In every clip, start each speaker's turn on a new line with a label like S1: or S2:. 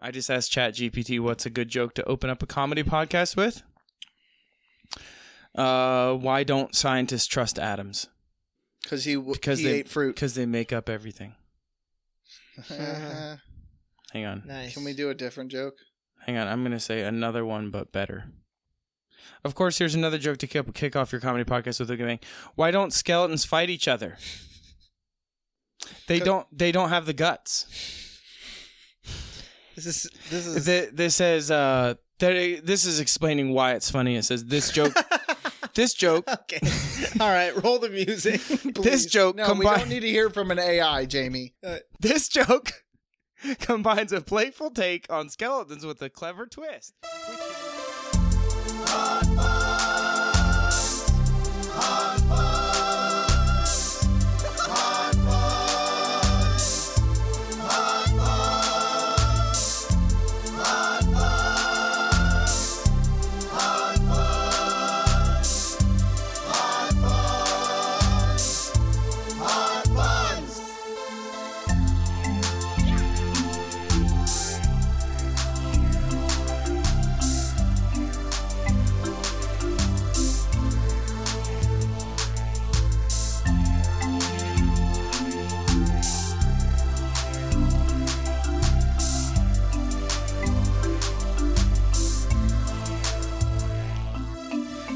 S1: I just asked ChatGPT what's a good joke to open up a comedy podcast with. Uh, why don't scientists trust atoms?
S2: because he w-
S1: Because
S2: he
S1: they
S2: ate fruit.
S1: Because they make up everything.
S2: Can
S1: Hang on,
S3: Nice.
S2: we do a different joke?
S1: hang on. I'm gonna say another one, but better. Of course, here's another joke to kick, kick off your comedy podcast with a bang. Why don't skeletons fight each other? They don't. They don't have the guts.
S3: This is this is
S1: Th- this says uh, there- this is explaining why it's funny. It says this joke. this joke.
S3: okay. All right, roll the music.
S1: This
S2: Please.
S1: joke
S2: No, we
S1: combines.
S2: don't need to hear from an AI, Jamie.
S1: This joke combines a playful take on skeletons with a clever twist.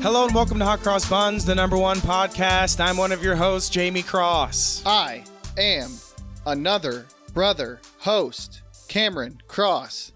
S1: Hello and welcome to Hot Cross Buns, the number one podcast. I'm one of your hosts, Jamie Cross.
S2: I am another brother host, Cameron Cross.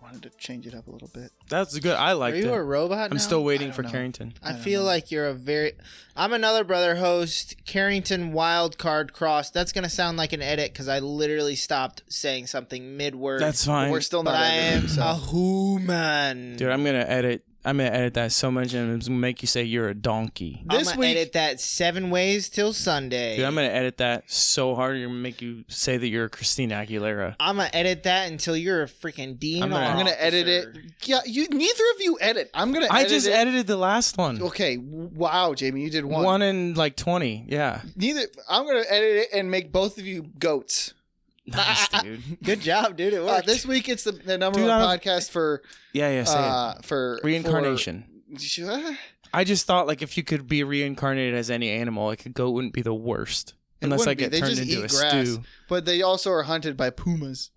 S2: I wanted to change it up a little bit.
S1: That's good. I
S3: Are
S1: liked
S3: you
S1: it.
S3: a robot?
S1: I'm
S3: now?
S1: still waiting
S2: don't
S1: for
S2: know.
S1: Carrington.
S3: I,
S2: don't
S3: feel
S2: know.
S3: like you're a very. I'm another brother host, Carrington Wild Card Cross. That's gonna sound like an edit because I literally stopped saying something mid word.
S1: That's fine,
S2: We're still
S3: But
S2: not.
S3: I am
S2: editing, so.
S3: a human.
S1: dude. I'm gonna edit. I'm gonna edit that so much and it's gonna make you say you're a donkey.
S3: I'm
S2: This
S3: gonna
S2: week-
S3: edit that seven ways till Sunday.
S1: Dude, I'm gonna edit that so hard. You're gonna make you say that you're Christina Aguilera.
S3: I'm gonna edit that until you're a freaking dean.
S1: I'm gonna-
S3: or
S2: I'm gonna edit it.
S3: officer.
S2: Yeah, you. Neither of you edit. I'm gonna.
S1: I
S2: edit
S1: just
S2: it.
S1: edited the last one.
S2: Okay. Wow, Jamie, you did
S1: One in like 20. Yeah.
S2: Neither. I'm gonna edit it and make both of you goats.
S1: Nice, dude.
S3: Good job, dude. It
S2: Uh,
S3: worked.
S2: this week it's the, the number
S1: Dude, I
S2: one
S1: don't-
S2: podcast for
S1: Yeah, yeah. Say it.
S2: uh, for
S1: Reincarnation.
S2: For,
S1: I just thought like if you could be reincarnated as any animal, like a goat wouldn't be the worst.
S2: It
S1: Unless I
S2: wouldn't be.
S1: get
S2: They
S1: turned
S2: just
S1: into
S2: eat
S1: a
S2: grass.
S1: stew.
S2: but they also are hunted by pumas.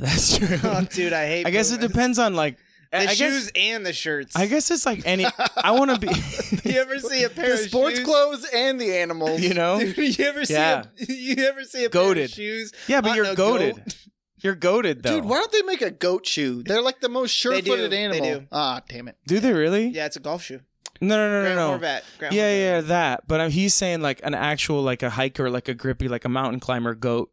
S1: That's true.
S3: oh, dude, I hate.
S1: I guess it
S3: Pumas.
S1: depends on like
S3: The
S1: I I
S3: shoes
S1: Guess,
S3: and the shirts.
S1: I guess it's like any. I want to
S3: You
S1: be.
S3: ever see a pair
S2: The
S3: of
S2: sports
S3: shoes?
S2: clothes and the animals.
S1: you know.
S3: Dude, you ever
S1: Yeah.
S3: see a, you ever see a pair
S1: Goated.
S3: of shoes?
S1: yeah, but
S3: not
S1: you're
S3: no
S1: goaded.
S3: goat.
S1: You're goaded though.
S2: Dude, why don't they make a goat shoe? They're like the most
S3: They do,
S2: sure-footed
S3: they
S2: animal.
S3: do.
S2: Ah, damn it.
S1: Do they really?
S3: Yeah, it's a golf shoe.
S1: No, no, no,
S3: Grand
S1: no, no.
S3: Corvette. Grand
S1: Yeah,
S3: Corvette.
S1: yeah, that. But um, he's saying like an actual, like a hiker, like a grippy, like a mountain climber goat,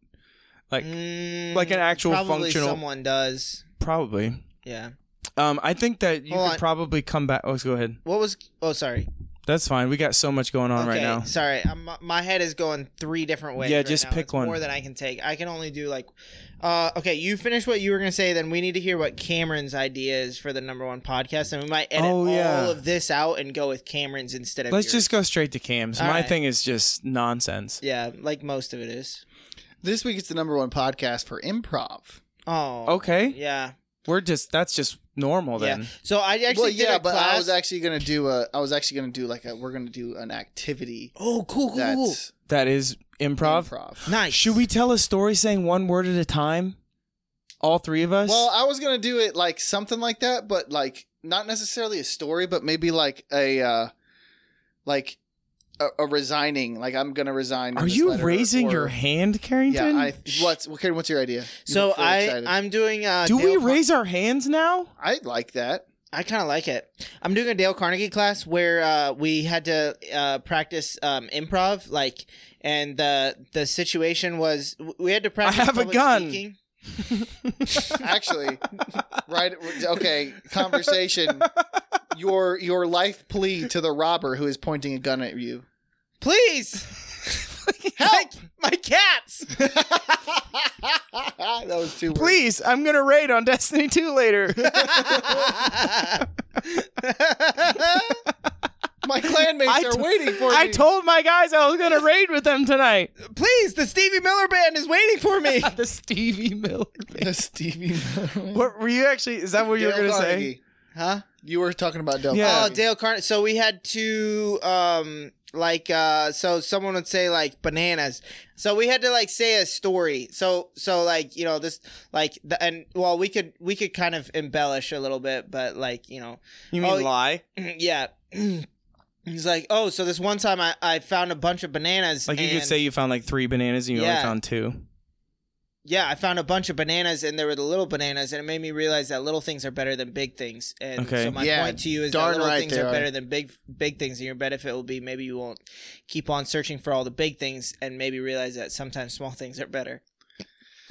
S1: like
S3: Mm,
S1: like an actual
S3: probably
S1: functional.
S3: Someone does.
S1: Probably.
S3: Yeah.
S1: Um, I think that you
S3: Hold
S1: could
S3: on.
S1: probably come back. Oh, let's go ahead.
S3: What was? Oh, sorry.
S1: That's fine. We got so much going on
S3: okay,
S1: right now.
S3: sorry. I'm, my head is going three different ways.
S1: Yeah,
S3: right
S1: just
S3: now.
S1: pick
S3: It's
S1: one.
S3: More than I can take. I can only do like. Uh, okay, you finish what you were gonna say. Then we need to hear what Cameron's idea is for the number one podcast, and we might edit
S1: Oh, yeah.
S3: all of this out and go with Cameron's instead of.
S1: Let's
S3: yours.
S1: just go straight to cams.
S3: All
S1: My
S3: right.
S1: thing is just nonsense.
S3: Yeah, like most of it is.
S2: This week it's the number one podcast for improv.
S3: Oh.
S1: Okay,
S3: Yeah.
S1: we're just that's just normal then.
S3: Yeah. So I actually
S2: well,
S3: did
S2: yeah,
S3: a
S2: but
S3: class.
S2: I was actually gonna do a. I was actually gonna do like a. We're gonna do an activity
S3: oh, cool, cool, cool.
S2: that's
S1: That is improv.
S2: improv.
S3: Nice.
S1: Should we tell a story saying one word at a time? All three of us.
S2: Well, I was gonna do it like something like that, but like not necessarily a story, but maybe like a uh like a, a resigning. Like I'm gonna resign. in
S1: Are
S2: this
S1: you
S2: letter,
S1: raising
S2: or-
S1: your hand, Carrington?
S2: Yeah. I, what's okay? What's your idea? You
S3: So
S2: look really
S3: I
S2: excited.
S3: I'm doing. Uh,
S1: Do we
S3: Dale Car-
S1: raise our hands now?
S2: I like that.
S3: I kind of like it. I'm doing a Dale Carnegie class where uh, we had to uh, practice um, improv, like, and the the situation was w- we had to practice.
S1: have a
S3: public
S1: gun.
S3: Speaking.
S2: Actually, right? Okay. Conversation. Your your life plea to the robber who is pointing a gun at you.
S3: Please help my cats.
S2: Ah, that was too.
S1: Please, I'm gonna raid on Destiny 2 later.
S2: My clanmates
S1: I
S2: are
S1: t-
S2: waiting for
S1: I
S2: me.
S1: told my guys I was gonna raid with them tonight.
S3: Please, the Stevie Miller band is waiting for me.
S1: the Stevie Miller. Stevie.
S2: Stevie.
S1: what were you actually? Is that what you were going to say?
S3: huh?
S2: You were talking about Dale.
S1: Yeah.
S3: Oh, Dale Carnegie. So we had two, um, like, uh, so someone would say like bananas. So we had to like say a story. So, so like, you know, this, like, the, and well, we could, we could kind of embellish a little bit, but like, you know,
S1: You mean
S3: Oh,
S1: lie?
S3: yeah. He's like, oh, so this one time I, I found a bunch of bananas.
S1: Like you could
S3: and-
S1: say you found like three bananas and you only
S3: Yeah.
S1: found two.
S3: yeah, I found a bunch of bananas and there were the little bananas, and it made me realize that little things are better than big things. And
S1: Okay.
S3: so my
S2: Yeah,
S3: point to you is that
S2: darn
S3: little
S2: right
S3: things
S2: they
S3: are,
S2: are.
S3: better than big big things, and your benefit will be maybe you won't keep on searching for all the big things, and maybe realize that sometimes small things are better.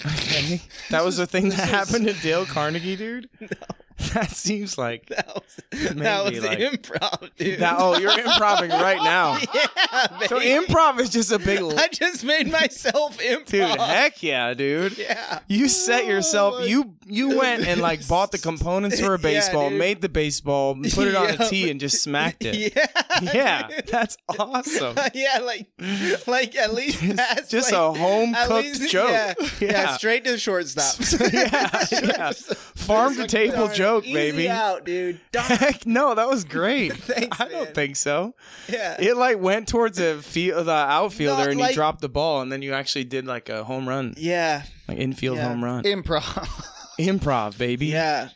S1: Okay. that was the thing that
S2: this was-
S1: happened to Dale Carnegie, dude. That seems like
S3: That was that
S1: Maybe,
S3: was
S1: like-
S3: improv, dude.
S1: that. Oh, you're improving right now.
S3: yeah, baby.
S1: So improv is just a big l-
S3: I just made myself improv.
S1: dude. Heck yeah, dude.
S3: Yeah. Oh
S1: You set yourself.
S2: my
S1: you you went and like bought the components for a
S3: Yeah,
S1: baseball,
S3: dude.
S1: made the baseball, put it on a
S3: Yeah.
S1: tee, and just smacked it.
S3: Yeah.
S1: Yeah,
S3: dude.
S1: that's awesome.
S3: yeah, like, like at least that's
S1: Just
S3: like,
S1: a home
S3: at
S1: cooked
S3: least-
S1: joke.
S3: Yeah, yeah.
S1: Yeah.
S3: straight to the shortstop.
S1: yeah, yeah. farm to table
S3: Darn,
S1: joke,
S3: easy
S1: baby.
S3: out, dude. Darn,
S1: Heck no, that was great.
S3: Thanks,
S1: I don't
S3: man.
S1: think so.
S3: yeah.
S1: It like went towards a field, the outfielder,
S3: Not
S1: and he
S3: like-
S1: dropped the ball, and then you actually did like a home run,
S3: yeah,
S1: like infield
S3: Yeah.
S1: home run,
S2: Improv.
S1: improv, baby.
S3: yeah,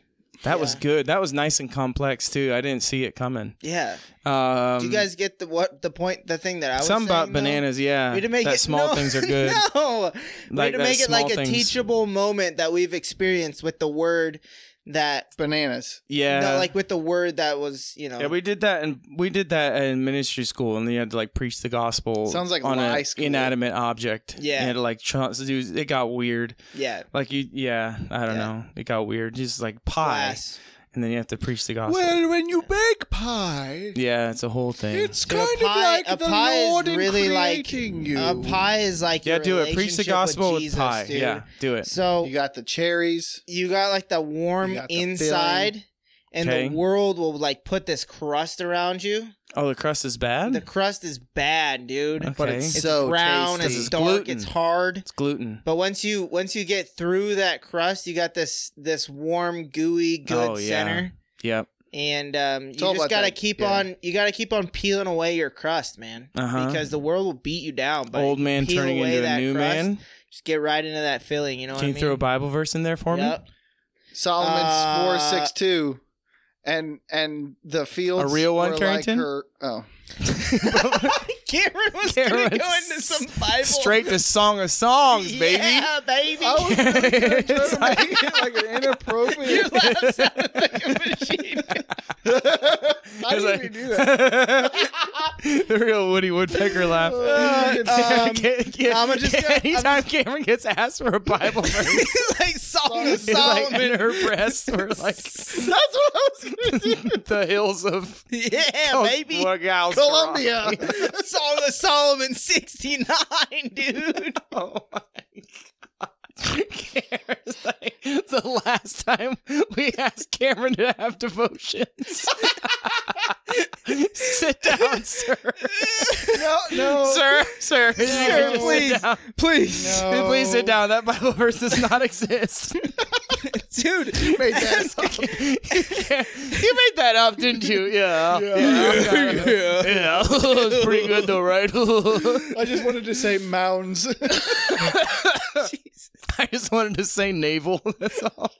S1: that was
S3: yeah.
S1: good. That was nice and complex too. I didn't see it coming.
S3: yeah.
S1: Um,
S3: Do you guys get the what the point? The thing that I was
S1: some about
S3: saying, though?
S1: bananas, yeah.
S3: We had to make
S1: that
S3: it,
S1: small
S3: no,
S1: things are good.
S3: no, we had
S1: Like
S3: to
S1: that
S3: make it like
S1: small
S3: a
S1: things-
S3: teachable moment that we've experienced with the word that,
S2: Bananas.
S1: Yeah,
S3: no, like with the word that was, you know,
S1: Yeah, we did that, and we did that in ministry school, and you had to like preach the gospel.
S2: Sounds like
S1: on
S2: lie
S1: an
S2: school.
S1: inanimate object.
S3: Yeah.
S1: and like ch- dude, it got weird.
S3: yeah,
S1: Like you, yeah, I don't
S3: Yeah.
S1: know, it got weird. Just like pie,
S3: class.
S1: and then you have to preach the gospel.
S2: when you bake pie,
S1: yeah, it's a whole thing.
S3: Dude, a pie- a pie is really like- A pie is like
S1: yeah,
S3: your
S1: do it. Preach the
S3: relationship
S1: gospel with,
S3: Jesus,
S1: pie.
S3: dude.
S1: Yeah, do it.
S3: So
S2: Oh, You got the cherries.
S3: you got like the warm
S2: You got the
S3: inside and
S1: Okay.
S3: the world will like put this crust around you
S1: Oh, the crust is bad.
S3: the crust is bad dude
S1: Okay.
S2: But it's,
S1: It's
S2: so
S3: brown
S2: tasty.
S3: it's
S1: It's
S3: dark
S1: gluten.
S3: it's hard
S1: it's gluten.
S3: but once you once you get through that crust you got this this warm gooey good
S1: Oh, yeah.
S3: center
S1: Yep.
S3: and um, you
S2: all
S3: just
S2: about
S3: gotta
S2: that,
S3: keep
S2: yeah.
S3: on you gotta keep on peeling away your crust man
S1: Uh-huh.
S3: because the world will beat you down but
S1: Old man
S3: peel
S1: turning
S3: away
S1: into a
S3: that
S1: new
S3: crust,
S1: man.
S3: just get right into that filling you know what
S1: Can
S3: I
S1: you
S3: mean?
S1: throw a Bible verse in there for me?
S3: Yep.
S2: Solomon's
S3: Uh,
S2: four six two, and and the fields.
S1: A real one,
S2: were
S1: Carrington?
S2: Like her, oh,
S3: Cameron was going to
S1: Cameron
S3: go into some Bible.
S1: Straight to Song of Songs, baby.
S3: Yeah, baby.
S2: Oh,
S1: It's like-
S2: like an inappropriate.
S3: Your laugh sounded like a machine.
S1: It's
S2: I didn't
S1: like-
S2: even do that.
S1: the real Woody Woodpecker laugh.
S3: Uh, um,
S1: Can- can-
S3: I'ma just go-
S1: anytime Cameron gets asked for a Bible verse,
S3: like Song of
S1: it's like
S3: Solomon.
S1: in her breast, or like
S3: That's what I was going to do.
S1: the hills of
S3: Yeah, baby.
S1: Oh, wow,
S2: Columbia.
S3: Song of Solomon 69, dude.
S1: Oh my god. Cameron's like the last time we asked Cameron to have devotions. Sit down, sir.
S2: No, no,
S1: Sir, sir, you can just
S2: Oh. please,
S1: sit down.
S3: Please.
S2: No.
S1: Please sit down. That Bible verse does not exist.
S3: Dude.
S2: Made that up.
S1: you made that up, didn't you? Yeah. Yeah.
S3: Yeah.
S1: Yeah. it's pretty good though, right?
S2: I just wanted to say mounds.
S1: I just wanted to say navel. That's all.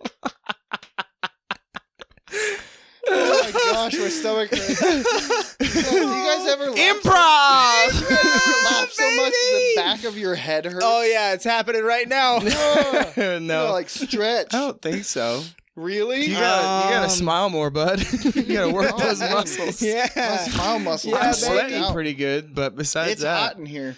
S2: oh my gosh, my stomach hurts. So, do you guys ever laugh,
S1: Improv.
S2: laugh so much that the back of your head hurts?
S3: Oh, yeah, it's happening right now.
S2: Oh, you
S1: no,
S2: gotta, like stretch.
S1: I don't think so.
S2: Really?
S1: Oh. You gotta, you gotta
S3: Um,
S1: smile more, bud. you gotta work those
S2: Oh,
S1: muscles.
S2: My
S3: Yeah.
S2: smile muscle.
S3: Yeah,
S1: I'm
S3: baby.
S1: sweating pretty good, but besides
S2: It's
S1: that,
S2: hot in here.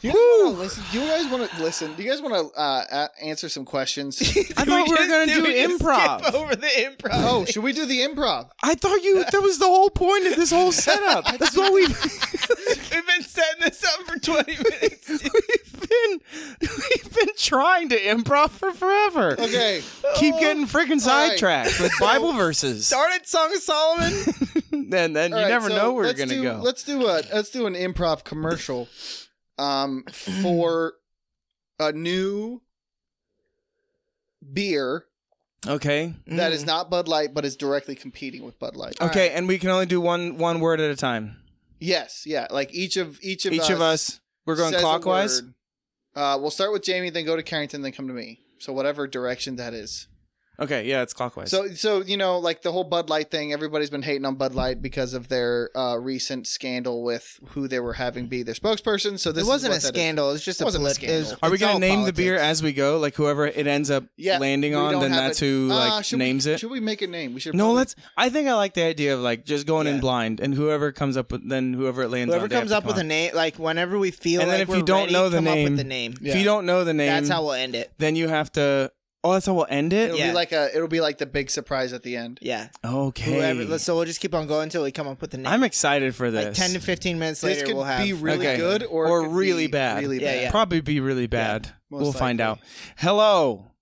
S2: Do you guys wanna listen? Do you guys want to listen? Do you guys want to uh, a- answer some questions?
S1: I thought we were
S3: just-
S1: gonna
S3: did
S1: do
S3: we just
S1: improv.
S3: Skip over the improv.
S2: oh, should we do the improv?
S1: I thought you. That was the whole point of this whole setup. That's what we've.
S3: We've been setting this up for 20 minutes.
S1: we've been we've been trying to improv for forever.
S2: Okay.
S1: Keep
S3: Oh.
S1: getting freaking
S2: Oh. right.
S1: sidetracked with Bible verses.
S3: Started Song of Solomon.
S1: And then you
S2: All right,
S1: never
S2: so
S1: know where you're
S2: let's
S1: gonna
S2: do-
S1: go.
S2: Let's do a let's do an improv commercial, um, for a new beer
S1: Okay.
S2: that
S3: Mm.
S2: is not Bud Light but is directly competing with Bud Light.
S3: All
S1: Okay, and we can only do one one word at a time.
S2: Yes, yeah. Like each of each of
S1: Each
S2: us
S1: of us, we're going
S2: says a
S1: clockwise.
S2: word. Uh, we'll start with Jamie, then go to Carrington, then come to me. So whatever direction that is.
S1: Okay, yeah, it's clockwise.
S2: So so you know like the whole Bud Light thing. Everybody's been hating on Bud Light because of their uh, recent scandal with who they were having be their spokesperson. So this
S3: it
S2: is
S3: wasn't
S2: what
S3: a
S2: that is.
S3: scandal. It's just
S2: It wasn't a
S3: a blip. It was-
S2: scandal.
S1: Are we
S3: it's all
S1: gonna name the beer
S3: politics.
S1: as we go? Like whoever it ends up
S2: Yeah,
S1: landing
S2: we
S1: on,
S2: don't
S1: then
S2: have
S1: that's
S2: it.
S1: who
S2: Uh,
S1: like
S2: should we-
S1: names it.
S2: Should we make a name? We should.
S1: no,
S2: probably-
S1: let's. I think I like the idea of like just going in
S3: Yeah.
S1: blind, and whoever comes up with then whoever it lands.
S3: Whoever
S1: on, they have
S3: comes
S1: to
S3: up
S1: come
S3: with a name, like whenever we feel
S1: And then
S3: like
S1: if
S3: we're
S1: you don't
S3: ready,
S1: know the
S3: come up
S1: name-
S3: with the name.
S1: If you don't know the name,
S3: That's how we'll end it.
S1: then you have to. Oh, that's how we'll end it.
S2: It'll
S3: Yeah.
S2: be like a. It'll be like the big surprise at the end.
S3: Yeah.
S1: Okay.
S3: Whoever. let's- So we'll just keep on going until we come up with the name.
S1: I'm excited for this.
S3: like ten to fifteen minutes
S2: This
S3: later,
S2: could
S3: we'll have.
S2: be really
S1: Okay.
S2: good or, it
S1: Or
S2: could
S1: really
S2: be
S1: bad.
S2: Really
S3: Yeah,
S2: bad.
S3: yeah.
S1: Probably be really bad. we'll
S2: most
S1: find out.
S2: likely.
S1: Hello,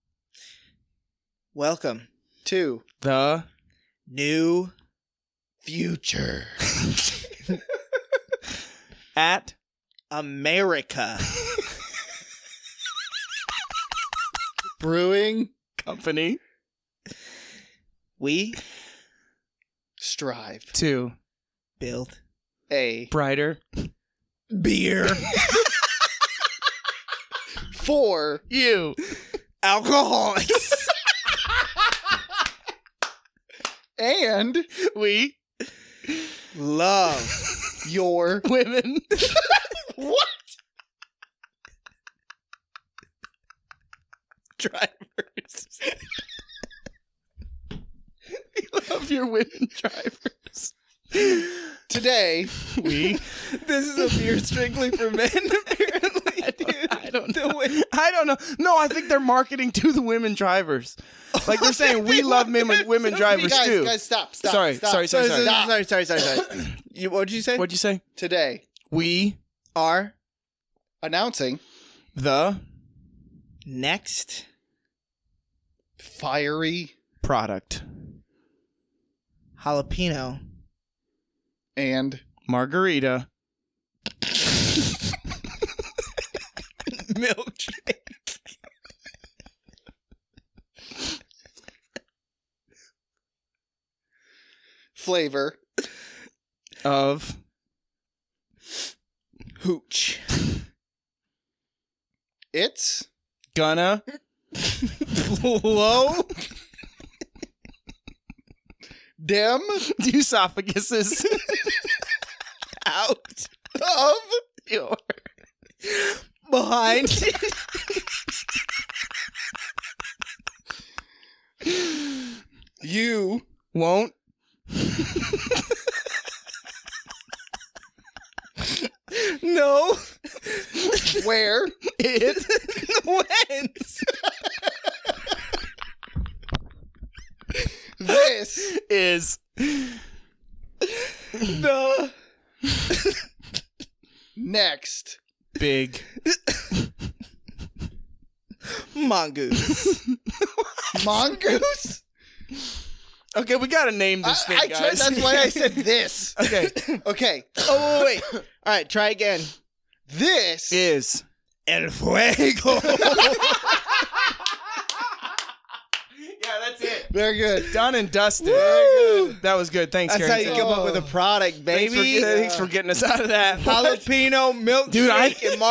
S3: Welcome,
S2: Two.
S1: the
S3: new
S2: Future.
S1: at
S3: America.
S2: Brewing.
S1: company
S3: we
S2: Strive.
S1: to
S3: build
S2: A.
S1: brighter
S3: beer,
S2: Four.
S1: you.
S3: alcoholics.
S2: And
S1: We
S3: Love.
S2: your.
S1: women.
S2: what?
S3: Drivers.
S1: Love your women drivers.
S2: Today.
S1: We.
S3: This is a beer strictly for men, apparently. dude.
S1: I don't know. I don't know. No, I think they're marketing to the women drivers. Like they're saying, we love men with women drivers
S2: guys,
S1: too.
S2: guys, stop. Stop.
S1: Sorry,
S2: stop,
S1: sorry,
S3: Sorry,
S1: sorry,
S3: sorry,
S1: sorry.
S2: Stop.
S3: sorry, sorry, sorry, sorry. You, what did you say?
S1: What'd you say?
S2: Today.
S1: We
S3: Are
S2: Announcing
S1: the
S3: next
S2: fiery
S1: product
S3: jalapeno
S2: and
S1: margarita
S3: milkshake.
S2: flavor
S1: of
S3: Hooch.
S2: it's
S1: gonna
S3: Blow.
S2: dim
S1: esophaguses
S3: out
S2: of
S1: your
S3: behind
S2: you
S1: won't
S3: no
S2: where
S1: it
S3: wins
S2: this
S1: is
S3: the
S2: next
S1: big
S3: mongoose
S2: mongoose.
S1: okay we gotta name
S2: I,
S1: this thing
S2: I tried,
S1: guys
S2: that's why I said this.
S1: okay
S2: Okay,
S3: oh wait, wait all right try again
S2: this
S1: is
S3: el fuego
S1: yeah that's it
S2: very good.
S1: done and dusted
S3: Woo!
S1: that was good thanks
S3: that's how you
S1: Carrington.
S3: come up with a product
S1: thanks, for,
S3: baby
S1: thanks for getting us out of that
S3: jalapeno milkshake
S1: Dude, I-
S3: and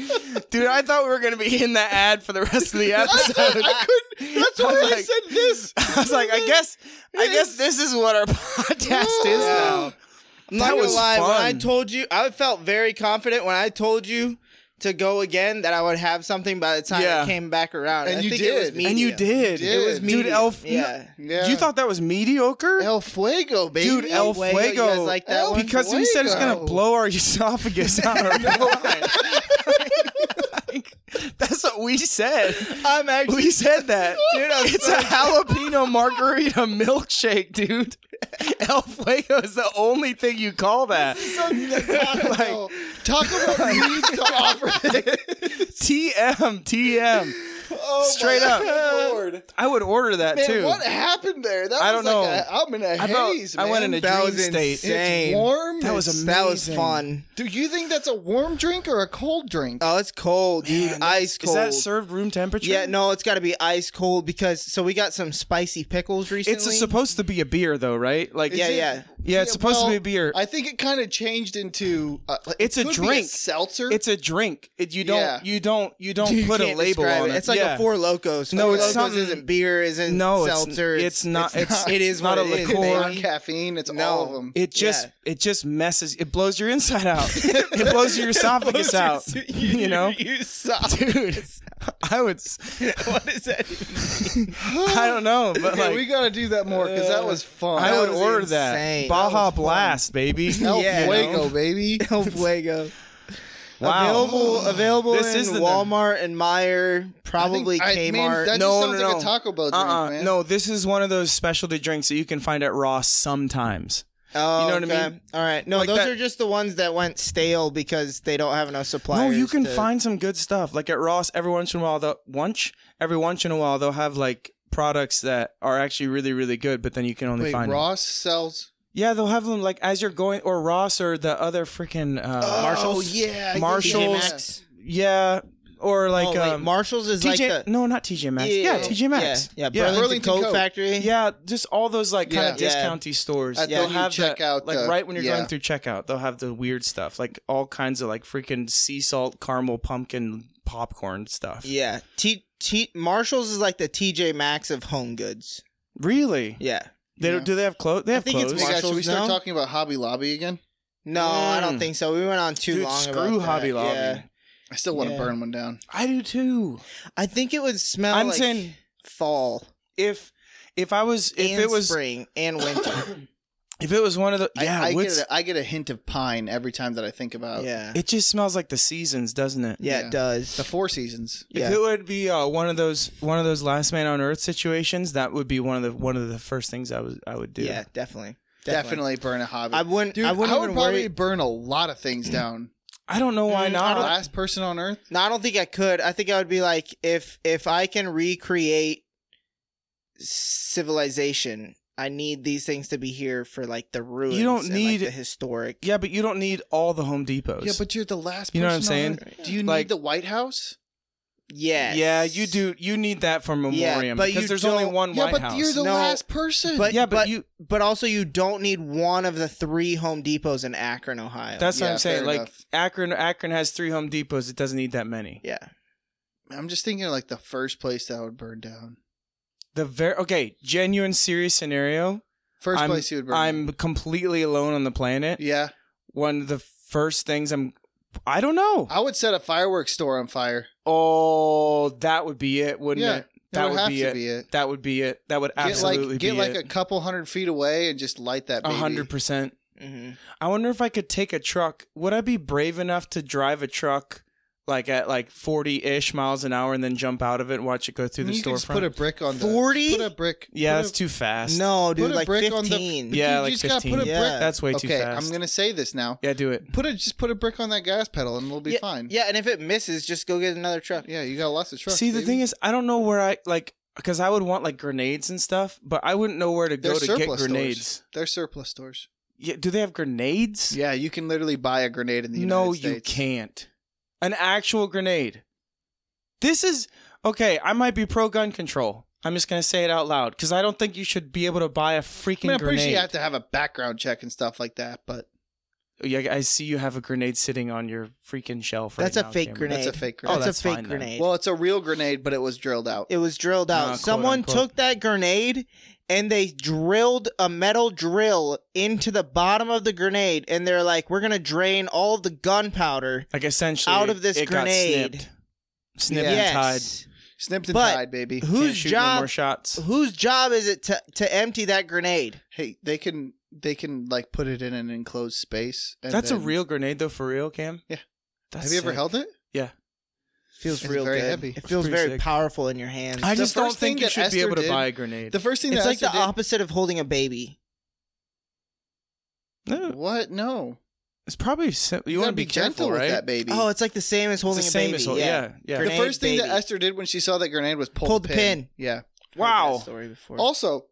S3: margarita
S1: dude i thought we were gonna be in the ad for the rest of the episode
S2: couldn't. That's
S1: I was like-
S2: this.
S1: I was like, I guess, I guess this is what our podcast is now.
S3: I'm not
S1: That
S3: gonna
S1: was
S3: lie. When I
S1: fun.
S3: told you, I felt very confident when I told you to go again that I would have something by the time
S1: Yeah.
S3: it came back around.
S2: And
S3: I
S2: you
S3: think It was
S2: did.
S3: media.
S1: And you did.
S2: You did. It was
S1: Dude,
S3: media.
S1: Elf.
S3: Yeah.
S2: Yeah.
S1: You thought that was mediocre?
S2: El Fuego, baby.
S1: Dude, El Fuego.
S3: You guys like that
S2: El
S3: one?
S1: because we said it's going to
S2: Fuego.
S1: blow our esophagus out. Our like, that's what we said.
S3: I'm actually.
S1: We said that.
S3: Dude, I'm
S1: it's a jalapeno margarita milkshake, dude. El Fuego is the only thing you call that.
S2: Taco Bell. Taco Bell needs to offer this.
S1: TM, TM.
S2: Oh
S1: Straight up.
S2: good Lord.
S1: I would order that
S2: Man,
S1: too.
S2: what happened there? That
S1: I
S2: was
S1: don't
S2: like
S1: know.
S2: A, I'm in a
S1: I felt-
S2: haze,
S1: I
S2: man.
S1: went in a
S3: That
S1: dream
S3: was
S1: state.
S3: insane.
S2: It's
S3: Insane.
S2: warm.
S1: That was
S2: It's-
S1: amazing.
S3: That was fun.
S2: Do you think that's a warm drink or a cold drink?
S1: Uh,
S3: Oh, it's cold, dude.
S1: Man, that's-
S3: ice
S1: Is
S3: cold.
S1: that served room temperature?
S3: Yeah, no, it's got to be ice cold because so we got some spicy pickles recently.
S1: It's a- supposed to be a beer though, right? Like
S3: Yeah,
S2: Is it-
S3: yeah.
S1: Yeah, it's supposed to be a beer.
S2: I think it kind of changed into. Uh, it
S1: It's a
S2: could be
S1: drink.
S2: seltzer.
S1: It's a drink. It, you don't
S2: Yeah.
S1: you don't you don't put a
S3: can't
S1: label
S3: describe
S1: on it.
S3: It's like
S1: Yeah.
S3: a Four Locos.
S1: No,
S3: Four
S1: it's
S3: Locos
S1: something-
S3: isn't beer, isn't
S1: No, it's-
S3: seltzer.
S1: it's not- it's-
S3: it is
S1: not
S3: what
S1: a
S3: it is,
S2: It's
S1: liqueur.
S2: not
S3: baby.
S2: caffeine. It's
S3: No.
S2: all of them.
S1: It just it just messes it blows your inside out. it blows your esophagus out. you know?
S3: you suck.
S1: Dude. I would s-
S3: what is that?
S1: I don't know, but
S2: yeah,
S1: like
S2: we got to do that more because that was fun.
S1: I would
S3: was
S1: order that.
S3: insane. That
S1: Baja
S3: was fun.
S1: Blast, baby.
S2: El
S3: yeah.
S2: Fuego, baby.
S3: El Oh, Fuego.
S1: Wow.
S3: Available, available
S1: This
S3: in
S1: is the-
S3: Walmart and Meyer, probably
S2: I think- I- man,
S3: Kmart.
S2: that
S1: No,
S2: just sounds
S1: no,
S2: like
S1: no.
S2: a Taco Bell drink,
S1: Uh-uh.
S2: man.
S1: No, this is one of those specialty drinks that you can find at Ross sometimes.
S3: oh,
S1: you know what I
S3: okay.
S1: mean?
S3: All right. No,
S1: Like
S3: those
S1: that-
S3: are just the ones that went stale because they don't have enough
S1: No,
S3: suppliers.
S1: you can
S3: to-
S1: find some good stuff. Like at Ross, every once in a while, they'll once every once in a while they'll have like products that are actually really really good, but then you can only
S2: Wait,
S1: find. them.
S2: Ross sells.
S1: Yeah, they'll have them like as you're going, or Ross or the other freaking uh,
S2: Oh
S1: Marshalls.
S2: yeah, I
S1: Marshalls.
S3: TJ
S2: guess-
S3: Maxx.
S1: Yeah, or like
S3: oh, wait,
S1: um,
S3: Marshalls is
S1: TJ.
S3: like the
S1: no, not TJ Maxx. Yeah, TJ Maxx.
S3: Yeah, yeah,
S1: yeah.
S3: Burlington,
S2: Burlington
S3: Coat
S2: Coat.
S3: Factory.
S1: Yeah, just all those like kind
S2: Yeah.
S1: of
S3: Yeah.
S1: discounty stores.
S2: At
S1: they'll
S2: the
S1: have that,
S2: checkout,
S1: like
S2: uh,
S1: right when you're
S2: yeah.
S1: going through checkout, they'll have the weird stuff, like all kinds of like freaking sea salt, caramel, pumpkin, popcorn stuff.
S3: yeah. T T Marshalls is like the TJ Maxx of home goods.
S1: Really?
S3: Yeah.
S1: They don't, do they have clothes? They have
S3: think it's
S1: clothes.
S2: Hey guys, should we
S3: Marshalls
S2: start
S3: now?
S2: talking about Hobby Lobby again?
S3: No, I don't
S1: Mm.
S3: think so. We went on too
S1: Dude,
S3: long.
S1: screw
S3: about that.
S1: Hobby Lobby.
S3: Yeah.
S2: I still want to
S3: Yeah.
S2: burn one down.
S1: I do too.
S3: I think it would smell
S1: I'm
S3: like
S1: saying
S3: fall
S1: if if I was if
S3: and
S1: it was
S3: spring and winter.
S1: if it was one of the
S2: I-
S1: yeah
S2: I, get
S1: what's-
S2: a, I get a hint of pine every time that I think about
S3: yeah.
S1: Oh. it just smells like the seasons, doesn't it?
S3: Yeah,
S2: Yeah.
S3: it does.
S2: the Four Seasons.
S1: If
S3: yeah.
S1: it would be uh, one of those one of those last man on earth situations, that would be one of the one of the first things I was I would do.
S3: yeah, definitely.
S2: Definitely, burn a hobby.
S3: I wouldn't
S2: Dude,
S3: I wouldn't
S2: would
S3: even
S2: probably
S3: worry.
S2: burn a lot of things down.
S1: I don't know why
S3: Mm, I
S1: not.
S3: don't-
S2: Last person on Earth.
S3: No, I don't think I could. I think I would be like if if I can recreate civilization, I need these things to be here for like the ruins.
S1: don't
S3: and, like,
S1: need-
S3: the historic.
S1: Yeah, but you don't need all the Home Depots.
S2: Yeah, but you're the last.
S1: You know what
S2: person
S1: I'm
S2: on
S1: saying?
S2: Earth. Do you
S1: Like-
S2: need the White House?
S3: Yeah.
S1: yeah, you do. You need that for memoriam
S3: but
S1: because
S3: you
S1: there's only
S3: don't-
S1: one
S2: yeah,
S1: White
S2: but
S1: House.
S2: you're the
S3: No.
S2: last person.
S3: But
S1: yeah,
S3: yeah,
S1: but
S3: but,
S1: you-
S3: but also you don't need one of the three Home Depots in Akron, Ohio.
S1: That's what
S2: Yeah,
S1: I'm saying.
S2: fair
S1: Like
S2: enough.
S1: Akron, Akron has three Home Depots. It doesn't need that many.
S3: yeah.
S2: I'm just thinking like the first place that I would burn down.
S1: The very okay, genuine, serious scenario.
S2: 1st
S1: I'm-
S2: place you would burn. down.
S1: I'm completely alone on the planet.
S2: Yeah,
S1: One of the first things I'm. I don't know.
S2: I would set a fireworks store on fire.
S1: Oh, that would be it, wouldn't
S2: yeah,
S1: it? That
S2: would,
S1: would,
S2: have
S1: be,
S2: to
S1: it.
S2: be it.
S1: That would be it. That would
S2: Get like
S1: absolutely
S2: get
S1: be
S2: like a
S1: it.
S2: couple hundred feet away and just light that.
S1: A
S2: Baby.
S1: hundred percent.
S3: Mm-hmm.
S1: I wonder if I could take a truck. Would I be brave enough to drive a truck like at like forty ish miles an hour and then jump out of it and watch it go through the
S2: you can
S1: storefront?
S2: just put a brick on the
S3: 40?
S2: Put a brick.
S1: yeah,
S2: put
S1: that's
S2: a-
S1: too fast.
S3: No, dude,
S2: a
S3: like
S2: brick on the-
S3: fifteen.
S1: Yeah,
S2: you
S1: like
S2: just gotta
S1: 15.
S2: put a
S3: Yeah.
S2: brick.
S1: that's way too
S2: okay,
S1: fast.
S2: I'm gonna say this now.
S1: yeah, do it.
S2: Put a just put a brick on that gas pedal and it'll be
S3: yeah,
S2: fine.
S3: Yeah, and if it misses, just go get another truck.
S2: yeah. You got lots of trucks.
S1: See, the
S2: baby.
S1: thing is, I don't know where I like because I would want like grenades and stuff, but I wouldn't know where to
S2: They're
S1: go to get
S2: surplus stores.
S1: grenades.
S2: they're surplus stores.
S1: Yeah, do they have grenades?
S2: Yeah, you can literally buy a grenade in the United
S1: no, you
S2: States.
S1: can't. An actual grenade. This is okay. I might be pro gun control. I'm just gonna say it out loud because I don't think you should be able to buy a freaking
S2: I mean, I'm pretty sure
S1: grenade.
S2: you have to have a background check and stuff like that, but
S1: yeah, I see you have a grenade sitting on your freaking shelf. Right
S3: That's a
S1: now,
S3: fake
S1: Cameron.
S3: grenade.
S2: That's a fake
S1: grenade. Oh,
S3: That's,
S1: that's
S3: a fake
S1: fine then.
S3: grenade.
S2: well, it's a real grenade, but it was drilled out.
S3: It was drilled out.
S1: Uh, quote,
S3: Someone
S1: unquote.
S3: took that grenade and they drilled a metal drill into the bottom of the grenade, and they're like, "We're gonna drain all of the gunpowder."
S1: Like essentially,
S3: Out of this
S1: it got
S3: grenade.
S1: snipped, snipped and tied.
S3: yes.
S2: Snipped and
S3: But-
S2: tied, baby.
S1: Can't
S3: Whose
S1: shoot No more
S3: job?
S1: shots.
S3: whose job is it to to empty that grenade?
S2: Hey, they can they can like put it in an enclosed space. And
S1: That's a
S2: then-
S1: real grenade though, for real, Cam.
S2: Yeah.
S1: That's
S2: Have you ever
S1: sick.
S2: held it?
S3: Feels
S2: It's
S3: real
S2: very
S3: good.
S2: heavy.
S3: It feels
S1: pretty
S3: very
S1: sick.
S3: powerful in your hands.
S1: I
S2: The
S1: just don't
S2: first thing
S1: think you
S2: that
S1: should be
S2: Esther
S1: able to
S2: did-
S1: buy a grenade.
S2: The first thing
S3: it's
S2: that
S3: like the
S2: Esther did-
S3: opposite of holding a baby.
S1: No,
S2: What? No.
S1: It's probably sim- you,
S2: gotta
S1: want to be, careful, right?
S2: with that baby.
S3: Oh, it's like the same as holding
S1: the
S3: a
S1: same
S3: baby.
S1: as hol-
S3: yeah.
S1: yeah, yeah. The
S2: the
S3: Grenade
S2: first thing that
S3: baby.
S2: Esther did when she saw that grenade was pull
S3: Pulled
S2: the
S3: the
S2: pin.
S3: pin.
S2: Yeah.
S3: Wow. Story before.
S2: Also,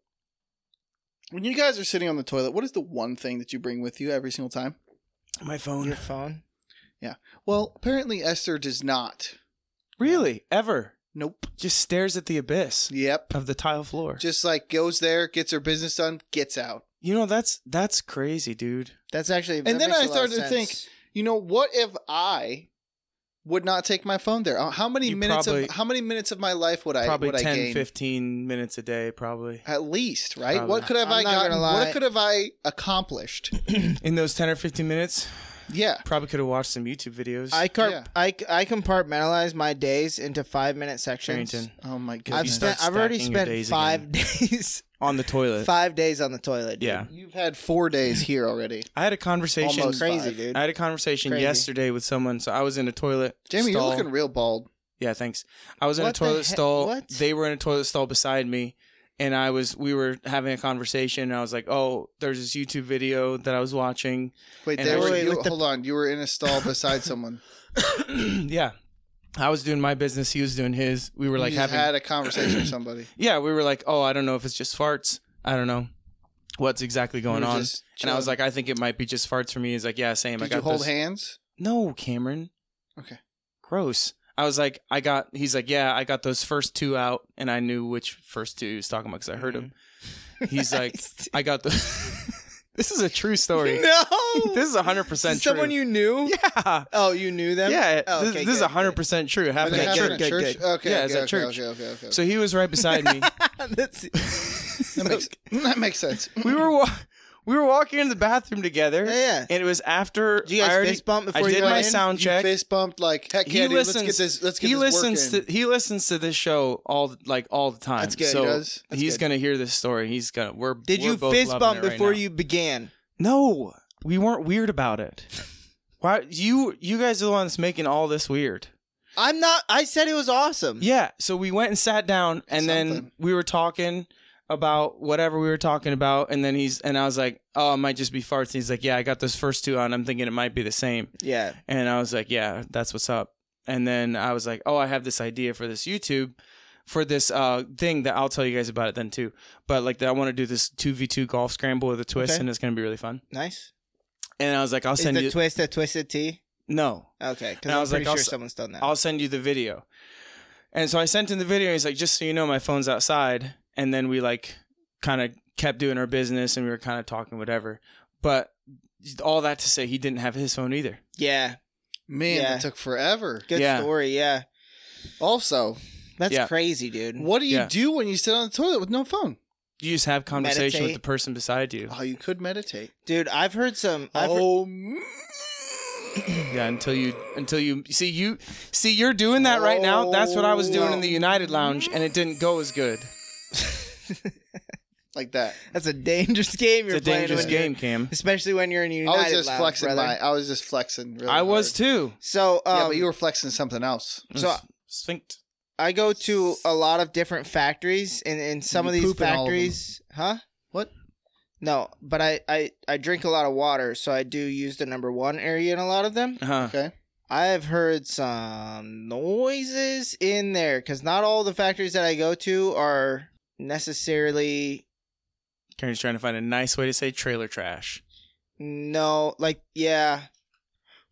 S2: when you guys are sitting on the toilet, what is the one thing that you bring with you every single time?
S1: My
S3: your
S1: phone.
S3: phone.
S2: Well, apparently Esther does not.
S1: Really? Ever?
S2: Nope.
S1: Just stares at the abyss
S2: Yep.
S1: of the tile floor.
S2: Just like goes there, gets her business done, gets out.
S1: you know that's that's crazy, dude.
S3: That's actually.
S2: And then I started to think, You know, what if I would not take my phone there? Uh, How many
S1: You
S2: minutes
S1: probably-
S2: of how many minutes of my life would I
S1: probably
S2: would I
S1: 10,
S2: gain?
S1: 15 minutes a day, probably.
S2: At least, right?
S1: Probably.
S2: What could have
S3: I'm
S2: i
S3: not gonna
S2: gotten?
S3: lie.
S2: What could have I accomplished?
S1: In those ten or fifteen minutes,
S2: yeah.
S1: probably could have watched some YouTube videos.
S3: I, car-
S2: Yeah.
S3: I I compartmentalize my days into five minute sections.
S1: Carrington
S2: Oh my
S3: I've
S2: goodness.
S1: start
S3: spent. I've already
S1: stacking your
S3: spent
S1: days
S3: five days.
S1: on the toilet.
S3: five days on the toilet. Dude.
S1: Yeah,
S2: You've had four days here already.
S1: I had a conversation.
S2: Almost
S3: crazy,
S2: five.
S3: dude.
S1: I had a conversation
S3: Crazy.
S1: yesterday with someone. So I was in a toilet.
S2: Jamie,
S1: stall.
S2: you're looking real bald.
S1: Yeah, thanks. I was in
S3: What
S1: a
S3: the
S1: toilet
S3: he-
S1: stall.
S3: what?
S1: They were in a toilet stall beside me, and I was. We were having a conversation. And I was like, "Oh, there's this YouTube video that I was watching.
S2: Wait,
S1: And
S2: there
S1: I
S2: were
S1: was-
S2: you,
S3: with the-
S2: hold on. You were in a stall beside someone.
S1: yeah, I was doing my business. He was doing his. We were like
S2: you just
S1: having.
S2: had a conversation with somebody.
S1: yeah, we were like, oh, I don't know if it's just farts. I don't know what's exactly going
S2: were
S1: on.
S2: just
S1: And I was
S2: chilling.
S1: like, I think it might be just farts for me. He's like, yeah, same. I
S2: Did
S1: got
S2: you hold
S1: this-
S2: hands?
S1: No, Cameron.
S2: Okay.
S1: Gross. I was like, I got. He's like, yeah, I got those first two out, and I knew which first two he was talking about because I heard
S2: Mm-hmm.
S1: him. He's like, I got the. this is a true story.
S3: no.
S1: This is hundred percent true.
S3: someone you knew.
S1: yeah,
S3: Oh, you knew them.
S1: yeah.
S3: Oh,
S1: this,
S3: okay,
S1: this is
S3: good,
S1: hundred percent true. It
S2: Were
S1: happened
S2: they
S1: at
S2: having
S1: church.
S2: a church? Okay,
S1: Yeah,
S2: okay,
S1: it's
S2: okay,
S1: at church.
S2: okay, okay, okay.
S1: So he was right beside me.
S3: That's
S2: that, makes, that makes sense.
S1: we were wa- we were walking in the bathroom together,
S3: yeah.
S1: and it was after
S3: Did you guys
S1: I already
S3: fist bump
S1: I
S3: before you
S1: did
S3: went
S1: my
S3: in?
S1: sound
S2: You
S1: check.
S2: fist bumped like heck yeah,
S1: he
S2: dude,
S1: listens.
S2: let's get this let's get
S1: he
S2: this
S1: listens
S2: work in.
S1: to he listens to this show all the- like all the time.
S2: That's good.
S1: So
S2: He does? That's
S1: he's
S2: good.
S1: gonna hear this story. He's gonna we're
S3: Did
S1: we're
S3: you
S1: both
S3: fist
S1: loving
S3: bump
S1: it right
S3: before
S1: now.
S3: you began?
S1: No, we weren't weird about it. Why you you guys are the ones making all this weird?
S3: I'm not. I said it was awesome.
S1: Yeah. So we went and sat down, and then
S2: Something.
S1: we were talking about whatever we were talking about, and then he's and I was like, oh, it might just be farts. And he's like, yeah, I got those first two out. and I'm thinking it might be the same.
S3: Yeah.
S1: And I was like, yeah, that's what's up. And then I was like, oh, I have this idea for this YouTube, for this uh thing that I'll tell you guys about it then too. But like that, I want to do this two v two golf scramble with a twist,
S3: Okay.
S1: and it's gonna be really fun.
S3: Nice.
S1: And I was like, I'll
S3: Is
S1: send
S3: the
S1: you
S3: twist a twisted T?
S1: no,
S3: Okay, because
S1: And I
S3: I
S1: was
S3: was
S1: like,
S3: am pretty
S1: I'll
S3: sure
S1: s-
S3: someone's done that.
S1: I'll send you the video. And so I sent him the video. And he's like, just so you know, my phone's outside. And then we like kind of kept doing our business, and we were kind of talking whatever. But all that to say, he didn't have his phone either.
S3: yeah,
S2: Man,
S3: Yeah.
S2: that took forever.
S3: good
S1: Yeah.
S3: story. Yeah,
S2: Also,
S3: that's
S1: Yeah.
S3: crazy, dude.
S2: what do you
S1: Yeah.
S2: do when you sit on the toilet with no phone?
S1: You just have conversation
S3: Meditate.
S1: with the person beside you.
S2: Oh, you could meditate.
S3: Dude, I've heard some. I've heard-
S2: Oh,
S1: Yeah, until you until you see you see you're doing that right now. That's what I was doing in the United Lounge, and it didn't go as good.
S2: like that.
S3: that's a dangerous game
S1: Oh. It's
S3: you're
S1: a
S3: playing.
S1: dangerous
S3: when you're-
S1: game, Cam.
S3: especially when you're in United.
S2: I was just
S3: Lounge,
S2: flexing
S3: brother.
S2: my. I was just flexing. Really
S1: I was
S2: hard.
S1: too.
S3: So, um,
S2: yeah, but you were flexing something else.
S3: so
S1: sphinced.
S3: I go to a lot of different factories, and in some
S2: You
S3: of these
S2: poop in all of them.
S3: factories, huh?
S2: What?
S3: No, but I, I I drink a lot of water, so I do use the number one area in a lot of them.
S1: Uh-huh.
S2: Okay.
S3: I have heard some noises in there because not all the factories that I go to are necessarily
S1: Karen's trying to find a nice way to say trailer trash.
S3: no like yeah.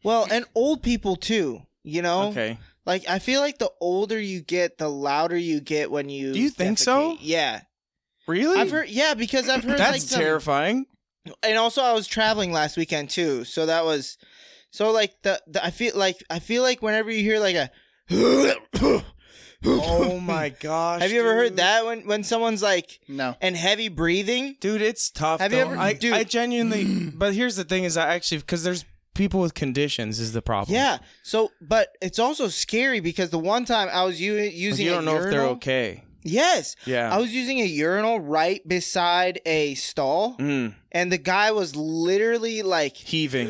S3: Well, and old people too. You know,
S1: Okay.
S3: like I feel like the older you get, the louder you get when you.
S1: Do you think so?
S3: defecate. Yeah,
S1: Really?
S3: I've heard. Yeah, because I've heard like
S1: That's
S3: some,
S1: terrifying.
S3: and also I was traveling last weekend too, so that was so like the, the I feel like I feel like whenever you hear like a
S1: oh my gosh.
S3: have you ever heard
S1: dude.
S3: that when when someone's like
S2: No.
S3: and heavy breathing?
S1: Dude, it's tough.
S3: Have you
S1: though.
S3: ever-
S1: I,
S3: dude.
S1: I genuinely. But here's the thing: is I actually because there's people with conditions is the problem.
S3: Yeah. So, but it's also scary because the one time I was u-
S1: Like,
S3: using
S1: you
S3: a
S1: don't know if they're
S3: urinal-
S1: okay. Oh.
S3: Yes,
S1: Yeah.
S3: I was using a urinal right beside a stall,
S1: Mm,
S3: and the guy was literally like
S1: heaving.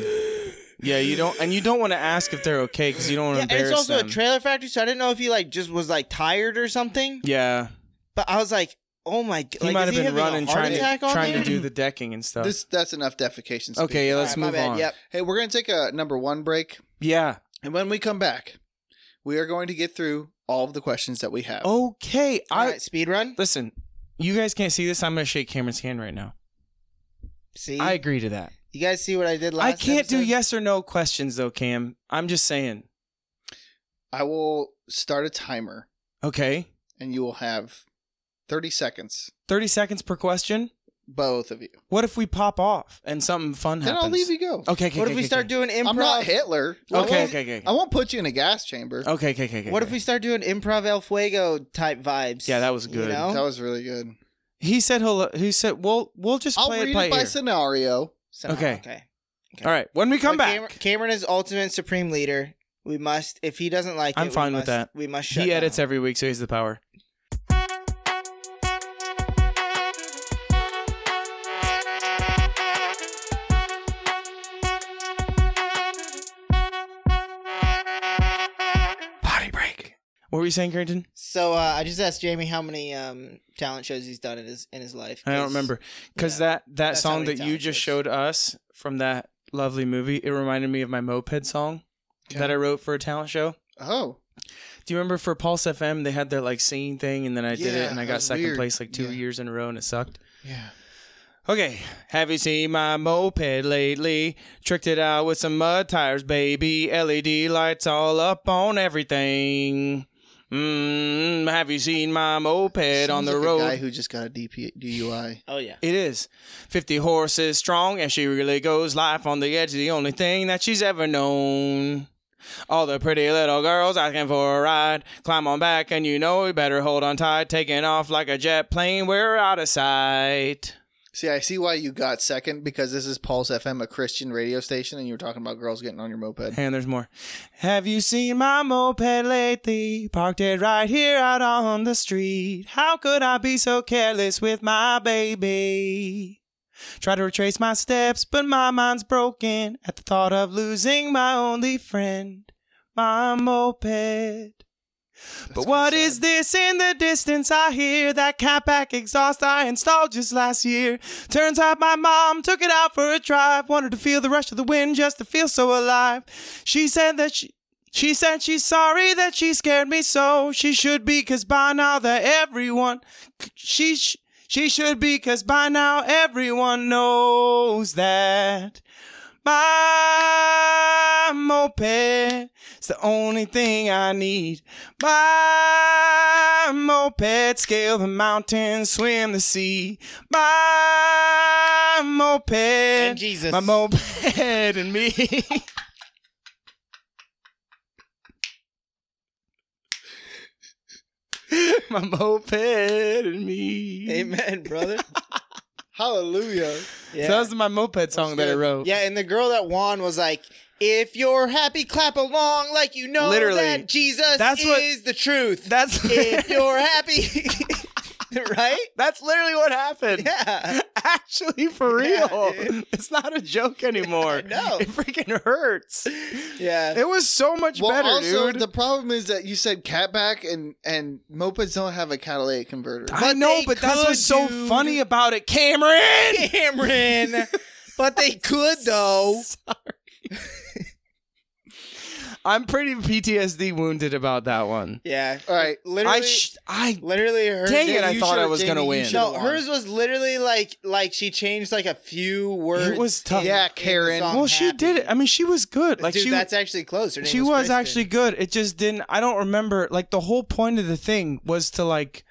S1: Yeah, you don't, and you don't want to ask if they're okay because you don't want to
S3: Yeah, and
S1: embarrass
S3: it's also
S1: them.
S3: a trailer factory, so I didn't know if he like just was like tired or something.
S1: yeah,
S3: But I was like, Oh my god!
S1: He might have been running, trying to trying to do the decking and stuff.
S2: This that's enough defecation. speak.
S1: okay, yeah, let's
S3: my
S1: move
S3: bad.
S1: on.
S3: Yep.
S2: Hey, we're gonna take a number one break,
S1: Yeah.
S2: and when we come back, we are going to get through all of the questions that we have.
S1: Oh. Okay.
S3: All
S1: I
S3: right, speed run.
S1: listen. You guys can't see this. I'm gonna shake Cameron's hand right now.
S3: See,
S1: I agree to that.
S3: you guys see what I did last?
S1: I can't do
S3: episode?
S1: yes or no questions though, Cam. I'm just saying.
S2: I will start a timer,
S1: Okay.
S2: and you will have thirty seconds,
S1: Thirty seconds per question.
S2: both of you.
S1: What if we pop off and something fun
S2: Then
S1: happens?
S2: I'll leave you go.
S1: Okay. okay
S3: What
S1: okay,
S3: if we
S1: okay,
S3: start doing improv?
S2: I'm not Hitler. I
S1: Okay. Okay.
S2: won't-
S1: Okay. Okay.
S2: I won't put you in a gas chamber.
S1: Okay. Okay. Okay.
S3: What if
S1: okay.
S3: we start doing improv El Fuego type vibes?
S1: Yeah, that was
S3: You
S1: good.
S3: know?
S2: That was really good.
S1: He said hello. He said, "Well, we'll just
S2: I'll
S1: play
S2: read
S1: it by
S2: it by
S1: ear."
S2: scenario.
S3: So,
S1: Okay.
S3: Okay.
S1: All right. When we come
S3: But
S1: back,
S3: Cameron, Cameron is ultimate supreme leader. We must. If he doesn't like
S1: I'm
S3: it, we
S1: fine with
S3: must-
S1: that.
S3: We must. Shut
S1: he edits
S3: down.
S1: every week, so he's the power. Potty break. What were you saying, Carrington?
S3: So uh, I just asked Jamie how many um, talent shows he's done in his in his life.
S1: I don't
S3: 'cause-
S1: remember because
S3: yeah,
S1: that that
S3: that's how
S1: song
S3: many
S1: that you
S3: times
S1: just
S3: it's-
S1: showed us from that lovely movie it reminded me of my moped song that I wrote for a talent show.
S2: Oh,
S1: Do you remember for Pulse FM they had their like singing thing and then I did it
S2: Yeah,
S1: and I
S2: that
S1: got
S2: was
S1: second
S2: weird.
S1: place like two
S2: Yeah.
S1: years in a row and it sucked.
S2: yeah.
S1: Okay, have you seen my moped lately? Tricked it out with some mud tires, baby. LED lights all up on everything. Mmm, have you seen my moped on
S2: Seems
S1: the
S2: like a
S1: road?
S2: guy who just got a DP, DUI.
S3: Oh yeah.
S1: It is. 50 horses strong, and she really goes life on the edge, the only thing that she's ever known. All the pretty little girls asking for a ride. Climb on back, and you know you better hold on tight. Taking off like a jet plane, we're out of sight.
S2: See, I see why you got second because this is Pulse FM, a Christian radio station, and you were talking about girls getting on your moped.
S1: And there's more. Have you seen my moped lately? Parked it right here out on the street. How could I be so careless with my baby? Try to retrace my steps, but my mind's broken at the thought of losing my only friend, my moped. But what is this in the distance I hear? That catback exhaust I installed just last year. Turns out my mom took it out for a drive. Wanted to feel the rush of the wind just to feel so alive. She said that she. She said she's sorry that she scared me so. She should be, cause by now that everyone. She. Sh- she should be, cause by now everyone knows that. My moped is the only thing I need. My moped scale the mountain, swim the sea. My moped,
S3: And Jesus.
S1: Eh, my moped and me. my moped and me.
S3: Amen, brother.
S2: Hallelujah.
S3: Yeah.
S1: So that was my moped song that I wrote.
S3: Yeah, and the girl that won was like, "If you're happy, clap along like you know
S1: Literally.
S3: that Jesus
S1: That's what-
S3: is the truth.
S1: That's
S3: if you're happy, right?
S1: That's literally what happened.
S3: Yeah,
S1: Actually, for
S3: Yeah,
S1: real.
S3: dude.
S1: it's not a joke anymore.
S3: no.
S1: It freaking hurts.
S3: yeah.
S1: It was so much
S2: Well,
S1: better,
S2: also
S1: dude.
S2: the problem is that you said catback and and mopeds don't have a catalytic converter.
S1: I
S3: But
S1: know,
S3: they
S1: but that's what's so
S3: could, dude.
S1: funny about it, Cameron.
S3: Cameron, but they could though.
S1: I'm pretty PTSD wounded about that one.
S3: Yeah.
S2: All right.
S3: Literally,
S1: I, sh- I,
S3: literally her.
S1: Dang
S2: Jamie,
S1: it, I
S2: you
S1: thought
S2: should've-
S1: I was gonna
S2: Jamie, you
S1: win.
S2: should've
S3: No,
S2: won.
S3: hers was literally like like she changed like a few words.
S1: it was tough.
S2: Yeah,
S3: in the
S2: Karen.
S3: song
S1: well, she
S3: Happy.
S1: did it. I mean, she was good. Like
S3: Dude,
S1: she,
S3: that's actually close. Her name
S1: she was
S3: Kristen.
S1: actually good. It just didn't. I don't remember. Like the whole point of the thing was to like,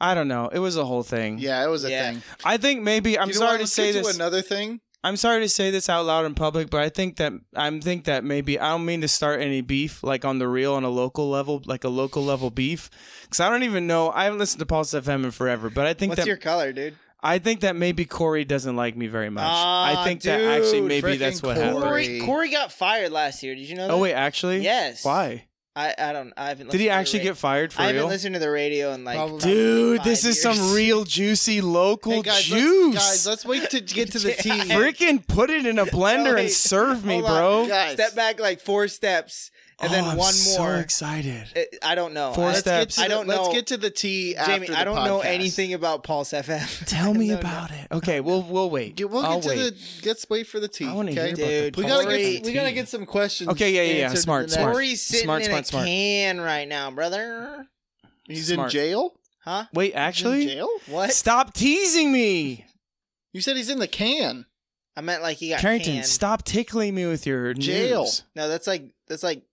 S1: I don't know. It was a whole thing.
S2: Yeah, it was a
S3: Yeah.
S2: thing.
S1: I think maybe I'm
S2: You know what,
S1: sorry to
S2: let's
S1: say
S2: get
S1: this.
S2: Another thing.
S1: I'm sorry to say this out loud in public, but I think that I'm think that maybe I don't mean to start any beef like on the real on a local level, like a local level beef, because I don't even know. I haven't listened to Pulse FM in forever, but I think
S3: What's
S1: that
S3: your color, dude?
S1: I think that maybe Corey doesn't like me very much.
S3: Ah,
S1: I think that actually
S3: dude,
S1: maybe that's
S2: frickin'
S1: what happened.
S2: Corey.
S3: Corey Corey got fired last year. Did you know? That?
S1: Oh wait, actually,
S3: Yes.
S1: Why
S3: I, I don't. I
S1: did he
S3: haven't. listened to the
S1: actually
S3: ra-
S1: get fired for
S3: I haven't
S1: real?
S3: listened to the radio in like.
S2: Probably.
S1: Dude, this
S3: five
S1: is some
S3: years.
S1: real juicy local
S2: Hey guys,
S1: juice.
S2: Let's, guys, let's wait to get to the tea.
S1: Freaking put it in a blender
S3: Wait,
S1: and serve me,
S3: hold on,
S1: bro.
S2: guys.
S3: Step back like four steps. and then
S1: Oh, I'm
S3: one more.
S1: So excited.
S3: It- Eh, I don't know.
S1: Four
S3: I-
S2: Let's get
S1: steps.
S2: to
S3: I
S2: the-
S3: don't
S2: Let's
S3: know.
S2: get to the T after
S3: Jamie,
S2: the
S3: I don't know
S2: podcast.
S3: anything about Pulse FM.
S1: Tell me
S3: No, no.
S1: about it. Okay, we'll we'll wait.
S2: Get- we'll get
S1: I'll
S2: to
S1: wait.
S2: the. Let's wait for the T.
S1: I want to
S2: okay?
S1: hear about the
S3: Dude,
S2: We gotta
S1: Polaroid
S2: get. We gotta
S1: tea.
S2: get some questions.
S1: Okay, yeah, yeah, yeah.
S2: answered in
S1: Smart,
S2: the
S1: smart.
S2: next-
S3: Corey's sitting
S1: Smart,
S3: in
S1: smart,
S3: a
S1: smart.
S3: can right now, brother.
S2: He's in
S1: Smart.
S2: jail.
S3: Huh?
S1: Wait,
S2: He's in
S1: actually,
S2: jail.
S3: What?
S1: stop teasing me,
S2: You said he's in the can.
S3: I meant like he got
S1: Carrington.
S3: canned.
S1: Stop tickling me with your
S2: Jail.
S1: news.
S3: No, that's like that's like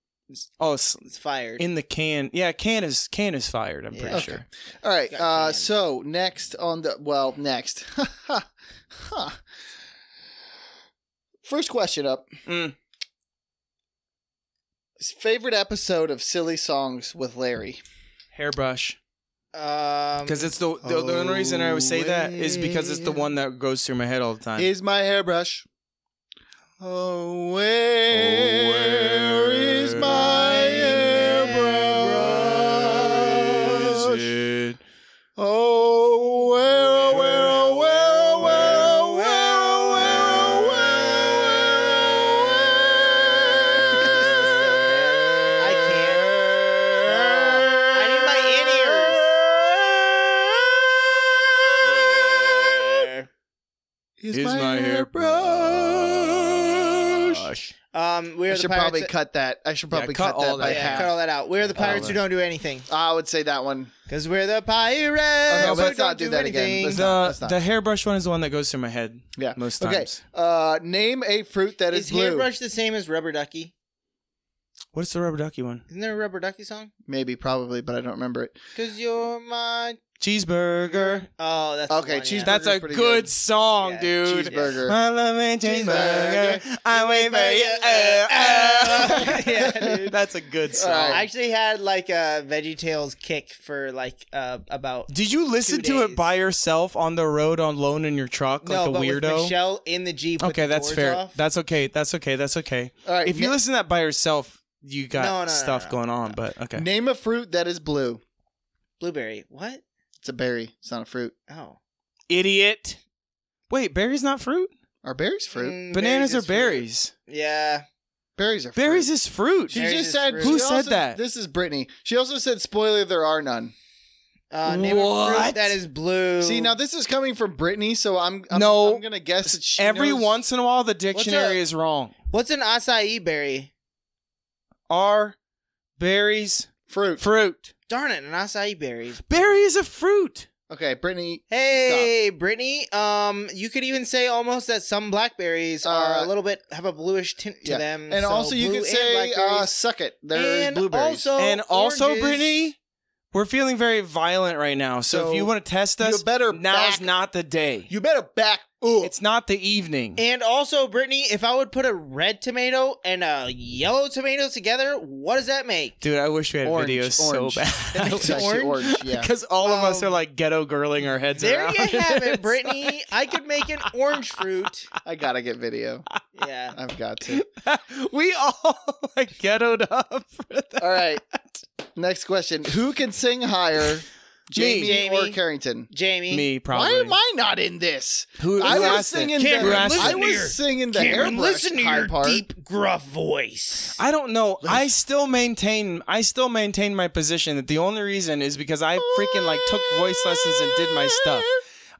S1: Oh, s-
S3: it's fired.
S1: in the can. Yeah, can is can is fired. I'm
S3: Yeah.
S1: pretty
S2: Okay.
S1: sure.
S2: All right.
S3: Got
S2: Uh,
S3: canned.
S2: so next on the well, next. huh. First question up.
S1: Mm.
S2: His favorite episode of Silly Songs with Larry.
S1: Hairbrush,
S3: um,
S1: because it's the the, the only reason I would say that is because it's the
S2: Oh,
S1: one that goes through my head all the time.
S2: Is my hairbrush? Oh, where is my hairbrush?
S1: it?
S2: Oh, where, where, where, oh, where, where,
S3: I can't. No. I need my in ears.
S2: Is,
S1: Is my Gosh.
S3: Um, we are
S2: I
S3: the
S2: should
S3: pirates
S2: probably
S3: that-
S2: cut that. I should
S1: Yeah,
S2: probably
S1: cut
S2: cut, that
S1: all
S2: by
S1: that
S3: yeah,
S2: half.
S3: cut all that out. We're the
S1: Cut all
S3: pirates who
S1: that.
S3: don't do anything.
S2: I would say that one.
S3: Cause we're the pirates.
S2: no,
S3: who
S2: let's
S3: don't
S2: not do that again.
S3: anything.
S2: Let's
S1: The
S2: not, let's not.
S1: the hairbrush one is the one that goes through my head
S2: Yeah.
S1: most times.
S2: Okay. Uh, name a fruit that is,
S3: Is
S2: blue.
S3: hairbrush the same as rubber ducky?
S1: What's the rubber ducky one?
S3: Isn't there a rubber ducky song?
S2: Maybe, probably, but I don't remember it.
S3: Cause you're my
S1: Cheeseburger.
S3: oh, that's
S2: Okay,
S3: the one, yeah.
S2: cheeseburger.
S1: That's a good,
S2: pretty good.
S1: song,
S3: Yeah,
S1: dude.
S2: Cheeseburger.
S1: I love a cheeseburger. I wait for you.
S3: Cheeseburger. Yeah, dude.
S1: That's a good song.
S2: All
S3: I
S2: right.
S3: actually had like a VeggieTales kick for like uh, about
S1: Did you listen
S3: Two
S1: to it
S3: days.
S1: by yourself on the road on loan in your truck like
S3: no,
S1: a
S3: but with
S1: weirdo?
S3: Michelle in the jeep. with
S1: Okay,
S3: the
S1: that's
S3: doors
S1: fair.
S3: off.
S1: That's okay. That's okay. That's okay.
S2: All right.
S1: If you
S2: na-
S1: listen to that by yourself, you got
S3: No, no, no,
S1: stuff
S3: no,
S1: going on, but okay.
S2: name a fruit that is blue.
S3: blueberry. What?
S2: It's a berry. It's not a fruit.
S3: Oh,
S1: Idiot. Wait, berries not fruit?
S2: Are berries fruit?
S3: Mm,
S1: Bananas
S3: berries
S1: are
S3: is fruit.
S1: berries.
S3: Yeah,
S2: Berries are fruit.
S1: Berries is fruit.
S2: She
S3: Berries
S2: just
S3: is
S2: said.
S3: fruit.
S2: she
S1: Who said
S2: also-
S1: that?
S2: This is Brittany. She also said, "Spoiler: There are none."
S3: uh, name a fruit
S1: What?
S3: that is blue.
S2: See, now this is coming from Brittany, so I'm, I'm
S1: No.
S2: I'm gonna guess that she
S1: Every
S2: knows-
S1: once in a while, the
S3: up?
S1: dictionary is wrong.
S3: what's an acai berry?
S1: Are berries
S2: fruit.
S1: fruit?
S3: Darn it, an acai berry. is-
S1: Berry is a fruit.
S2: Okay, Brittany.
S3: Hey, Brittany. Um, you could even say almost that some blackberries are
S2: Uh,
S3: a little bit have a bluish tint to
S2: yeah.
S3: them.
S2: And
S3: so
S2: also, you
S3: blue
S2: could
S3: and
S2: say, uh,
S3: blackberries.
S2: "Suck it." There's
S3: And
S2: blueberries.
S3: also
S1: and also,
S3: Oh, oranges.
S1: Brittany, we're feeling very violent right now. So,
S2: So
S1: if you want to test
S2: you
S1: us,
S2: better
S1: now's
S2: back-
S1: not the day.
S2: you better back up.
S1: it's not the evening.
S3: And also, Brittany, if I would put a red tomato and a yellow tomato together, what does that make?
S1: Dude, I wish we had
S2: Orange,
S1: videos
S2: orange.
S1: so bad.
S2: It's actually
S3: orange?
S2: orange. Yeah.
S1: Because all of us
S3: Um,
S1: are like ghetto girling our heads
S3: There
S1: around.
S3: you have it,
S1: It's
S3: Brittany. I could make an orange fruit.
S2: I gotta get video.
S3: Yeah.
S2: I've got to.
S1: like- we all like ghettoed up for that.
S2: All right. Next question. Who can sing higher? Jamie,
S3: Jamie.
S2: or Carrington?
S3: Jamie.
S1: Me, probably.
S2: Why am I not in this?
S1: Who,
S2: I
S1: who
S2: was
S1: asked it?
S2: singing
S3: Cameron,
S2: the
S1: listen
S2: I
S1: to
S2: was
S3: your-
S2: singing the
S3: Cameron,
S2: airbrush
S3: listen to
S2: high
S3: your
S2: part.
S3: deep, gruff voice.
S1: I don't know. I still maintain I still maintain my position that the only reason is because I freaking like took voice lessons and did my stuff.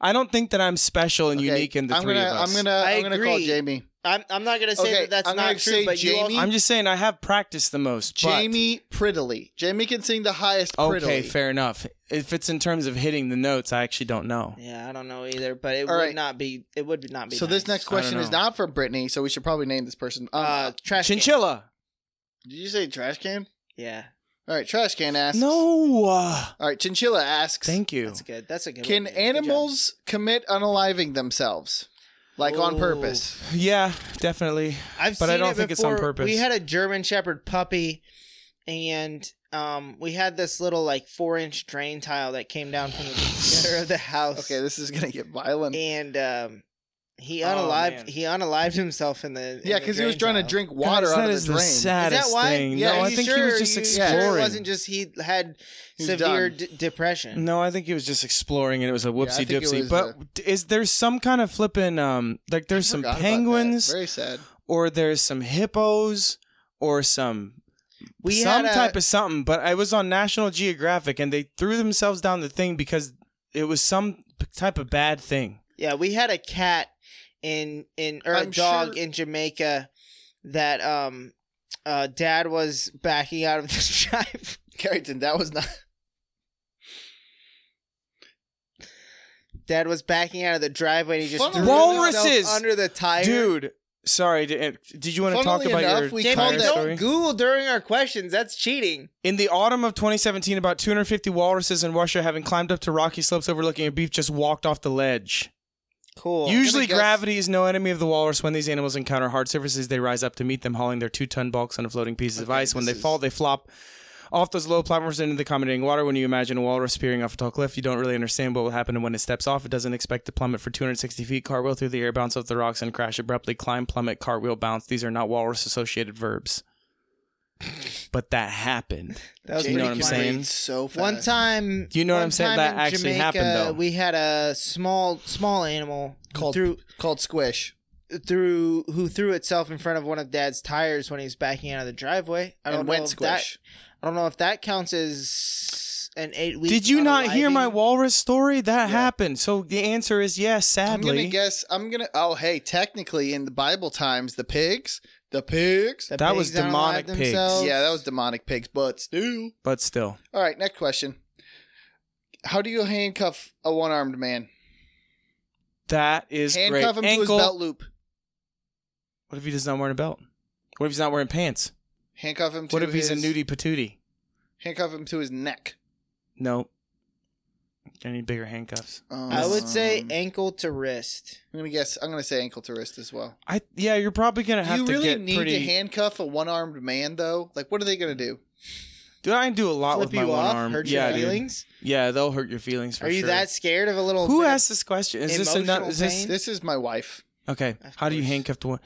S1: I don't think that I'm special and
S2: Okay,
S1: unique in the
S2: I'm
S1: 3
S2: gonna,
S1: of us.
S2: I'm gonna,
S3: I
S2: I'm gonna call
S3: agree.
S2: Jamie.
S3: I'm, I'm not going to say
S2: Okay,
S3: that that's
S2: I'm gonna
S3: not true,
S2: say
S3: but you also,
S2: Jamie.
S1: I'm just saying I have practiced the most. but-
S2: Jamie Priddly. Jamie can sing the highest Priddly.
S1: Okay, fair enough. If it's in terms of hitting the notes, I actually don't know.
S3: Yeah, I don't know either, but it
S2: All
S3: would
S2: right.
S3: not be it would not be
S2: So this
S3: nice.
S2: next question is
S1: know.
S2: not from Brittany, so we should probably name this person. Um,
S3: uh trash can.
S1: Chinchilla.
S2: did you say trash can?
S3: Yeah.
S2: All right, trash can asks.
S1: No. uh,
S2: All right, Chinchilla asks.
S1: thank you.
S3: That's good. That's a good
S2: Can
S3: one. Good
S2: animals commit unaliving themselves, like on
S3: Ooh.
S2: purpose?
S1: Yeah, definitely.
S3: job. I've
S1: but I
S3: seen
S1: don't
S3: it
S1: think it's on
S3: before.
S1: purpose.
S3: We had a German shepherd puppy and um we had this little like 4-inch drain tile that came down from the center of the house.
S2: Okay, this is gonna get violent.
S3: And um he
S1: Oh,
S3: unalived
S1: man.
S3: he unalived himself in the in
S2: yeah,
S3: the
S2: because he was
S3: drain
S2: trying to
S3: tile.
S2: drink water
S1: Guys,
S2: out
S1: that
S2: of
S1: is
S2: the drain.
S1: saddest
S3: why?
S1: thing.
S2: Yeah,
S1: no,
S2: are
S1: I
S2: you
S1: think
S3: sure
S1: he was just
S3: you-
S2: Yeah.
S1: exploring.
S3: Sure it wasn't just he had
S2: He was
S3: severe
S2: done.
S3: d- depression.
S1: No, I think he was just exploring, and it was a
S2: I
S1: whoopsie
S2: think it was uh,
S1: doopsie. But is there some kind of flippin' um like there's some
S2: Forgot about that.
S1: penguins
S2: Very sad.
S1: or there's some hippos or some
S3: We
S1: some
S3: had a-
S1: type of something, but I was on National Geographic and they threw themselves down the thing because it was some p- type of bad thing.
S3: Yeah, we had a cat in in or a
S2: I'm
S3: dog
S2: sure-
S3: in Jamaica that um uh dad was backing out of the drive.
S2: Carrington, that was not.
S3: Dad was backing out of the driveway and he just
S2: Funnily
S3: threw walruses
S1: Walruses!
S3: under the tire.
S1: Dude, sorry. Did, did you want to talk
S2: Funnily
S1: about
S2: enough,
S1: your
S2: we
S3: Damn,
S2: called
S1: tire
S2: that-
S3: don't
S1: story?
S3: Google during our questions. That's cheating.
S1: In the autumn of 2017, about 250 walruses in Russia, having climbed up to rocky slopes overlooking a beach, just walked off the ledge.
S3: Cool.
S1: Usually,
S2: guess-
S1: gravity is no enemy of the walrus. When these animals encounter hard surfaces, they rise up to meet them, hauling their two-ton bulks onto floating pieces of
S2: Okay,
S1: ice. When they
S2: this
S1: fall,
S2: is-
S1: they flop off those low platforms into the accommodating water. When you imagine a walrus spearing off a tall cliff, you don't really understand what will happen when it steps off. It doesn't expect to plummet for 260 feet, cartwheel through the air, bounce off the rocks, and crash abruptly. Climb, plummet, cartwheel, bounce. These are not walrus-associated verbs, but that happened.
S3: that was
S1: You know
S3: pretty
S1: what I'm
S3: funny.
S1: saying?
S2: So fast.
S3: One time,
S1: You know what
S3: one
S1: I'm saying?
S3: time
S1: That
S3: in
S1: actually happened, though.
S3: We had a small, small animal
S2: Called-
S3: through
S2: called Squish.
S3: through who threw itself in front of one of Dad's tires when he was backing out of the driveway. I don't
S2: and
S3: know
S2: went
S3: if
S2: Squish.
S3: that. I don't know if that counts as an eight week.
S1: Did you not hear my
S3: unaliving.
S1: walrus story? That
S2: Yeah.
S1: happened. So the answer is yes.
S2: I'm gonna
S1: Sadly,
S2: guess. I'm gonna. Oh, hey, technically in the Bible times, the pigs, the pigs.
S3: The
S1: That was
S3: pigs unalived
S1: demonic pigs.
S3: themselves.
S2: yeah, that was demonic pigs, but still.
S1: but still.
S2: All right, next question. How do you handcuff a one-armed man?
S1: That is
S2: handcuff
S1: great.
S2: him to
S1: Ankle.
S2: his belt loop.
S1: What if he does not wear a belt? What if he's not wearing pants?
S2: Handcuff him.
S1: What
S2: to
S1: if he's
S2: his-
S1: a nudie patootie?
S2: Handcuff him to his neck.
S1: No. I need bigger handcuffs.
S2: Um,
S3: I would say
S1: Mm.
S2: I'm
S3: ankle to wrist.
S2: gonna guess. I'm gonna say ankle to wrist as well.
S1: I yeah, you're probably gonna
S2: Do
S1: have
S2: you
S1: to
S2: really
S1: get
S2: need
S1: pretty.
S2: to handcuff a one-armed man though? Like, what are they gonna do?
S1: dude, I can do a lot
S3: Flip
S1: with my
S3: you
S1: one
S3: off,
S1: arm.
S3: hurt
S1: yeah,
S3: your
S1: dude.
S3: feelings.
S1: Yeah, they'll hurt your feelings for
S3: Are you
S1: sure.
S3: that scared of a little?
S1: Who
S3: bit of-
S1: asked this question? Is this
S3: emotional
S1: another? Is this
S3: pain?
S2: This is my wife.
S1: okay?
S3: Of
S1: How do you
S3: course.
S1: handcuff to one?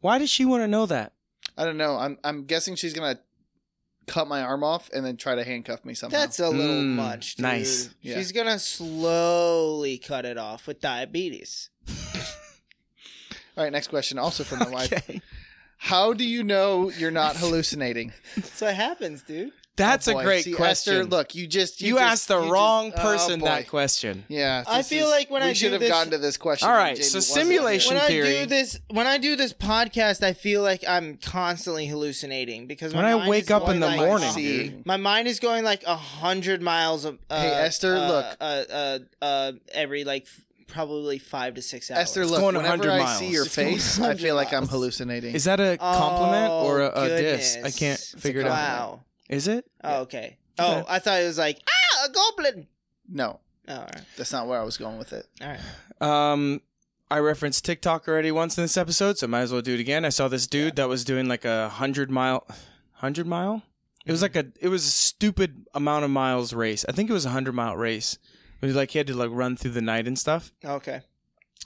S1: Why does she want to know that?
S2: I don't know. I'm I'm guessing she's gonna cut my arm off and then try to handcuff me somehow.
S3: That's a little
S1: Mm,
S3: much. Dude.
S1: nice.
S2: Yeah.
S3: She's gonna slowly cut it off with diabetes.
S2: all right. Next question, also from my wife. How do you know you're not hallucinating?
S3: That's what happens, dude.
S1: That's
S2: Oh,
S1: a
S2: boy.
S1: great
S2: See,
S1: question.
S2: Esther, look, you just
S1: you,
S2: just-
S1: asked the
S2: you just-
S1: wrong
S2: oh,
S1: person that
S2: boy.
S1: question.
S2: Yeah,
S3: I
S2: this
S3: feel
S2: is-
S3: like when
S2: we
S3: I do
S2: should have
S3: this-
S2: gotten to this question.
S1: All
S2: and
S1: right,
S2: Jamie
S1: so
S2: wasn't here.
S1: simulation-
S3: When I
S1: theory.
S3: do this, when I do this podcast, I feel like I'm constantly hallucinating because
S1: When
S3: my
S1: I
S3: mind
S1: wake
S3: is
S1: up
S3: going
S1: in the
S3: like-
S1: morning,
S3: uh,
S2: See.
S1: dude.
S3: My mind is going like a hundred miles. Of, uh,
S2: Hey, Esther,
S3: uh,
S2: look.
S3: uh, uh, uh, every like f- probably five to six hours.
S2: Esther, look,
S1: going
S2: whenever
S1: 100
S2: I
S1: miles.
S2: see your
S1: It's
S3: going
S2: face, I
S3: 100
S2: feel like I'm
S3: miles.
S2: hallucinating.
S1: Is that a compliment
S3: Oh,
S1: or a, a diss? I
S3: goodness.
S1: can't
S3: It's a
S1: figure it out.
S3: Wow.
S1: Is it?
S3: Oh, okay. Oh,
S1: Okay.
S3: I thought it was like ah, a goblin.
S2: no,
S3: Oh, all right,
S2: that's not where I was going with it.
S3: all right.
S1: Um, I referenced TikTok already once in this episode, so might as well do it again. I saw this dude that was doing like a hundred mile, hundred mile. It
S2: Mm-hmm.
S1: was like a it was a stupid amount of miles race. I think it was a hundred mile race. It was like he had to like run through the night and stuff.
S3: Okay.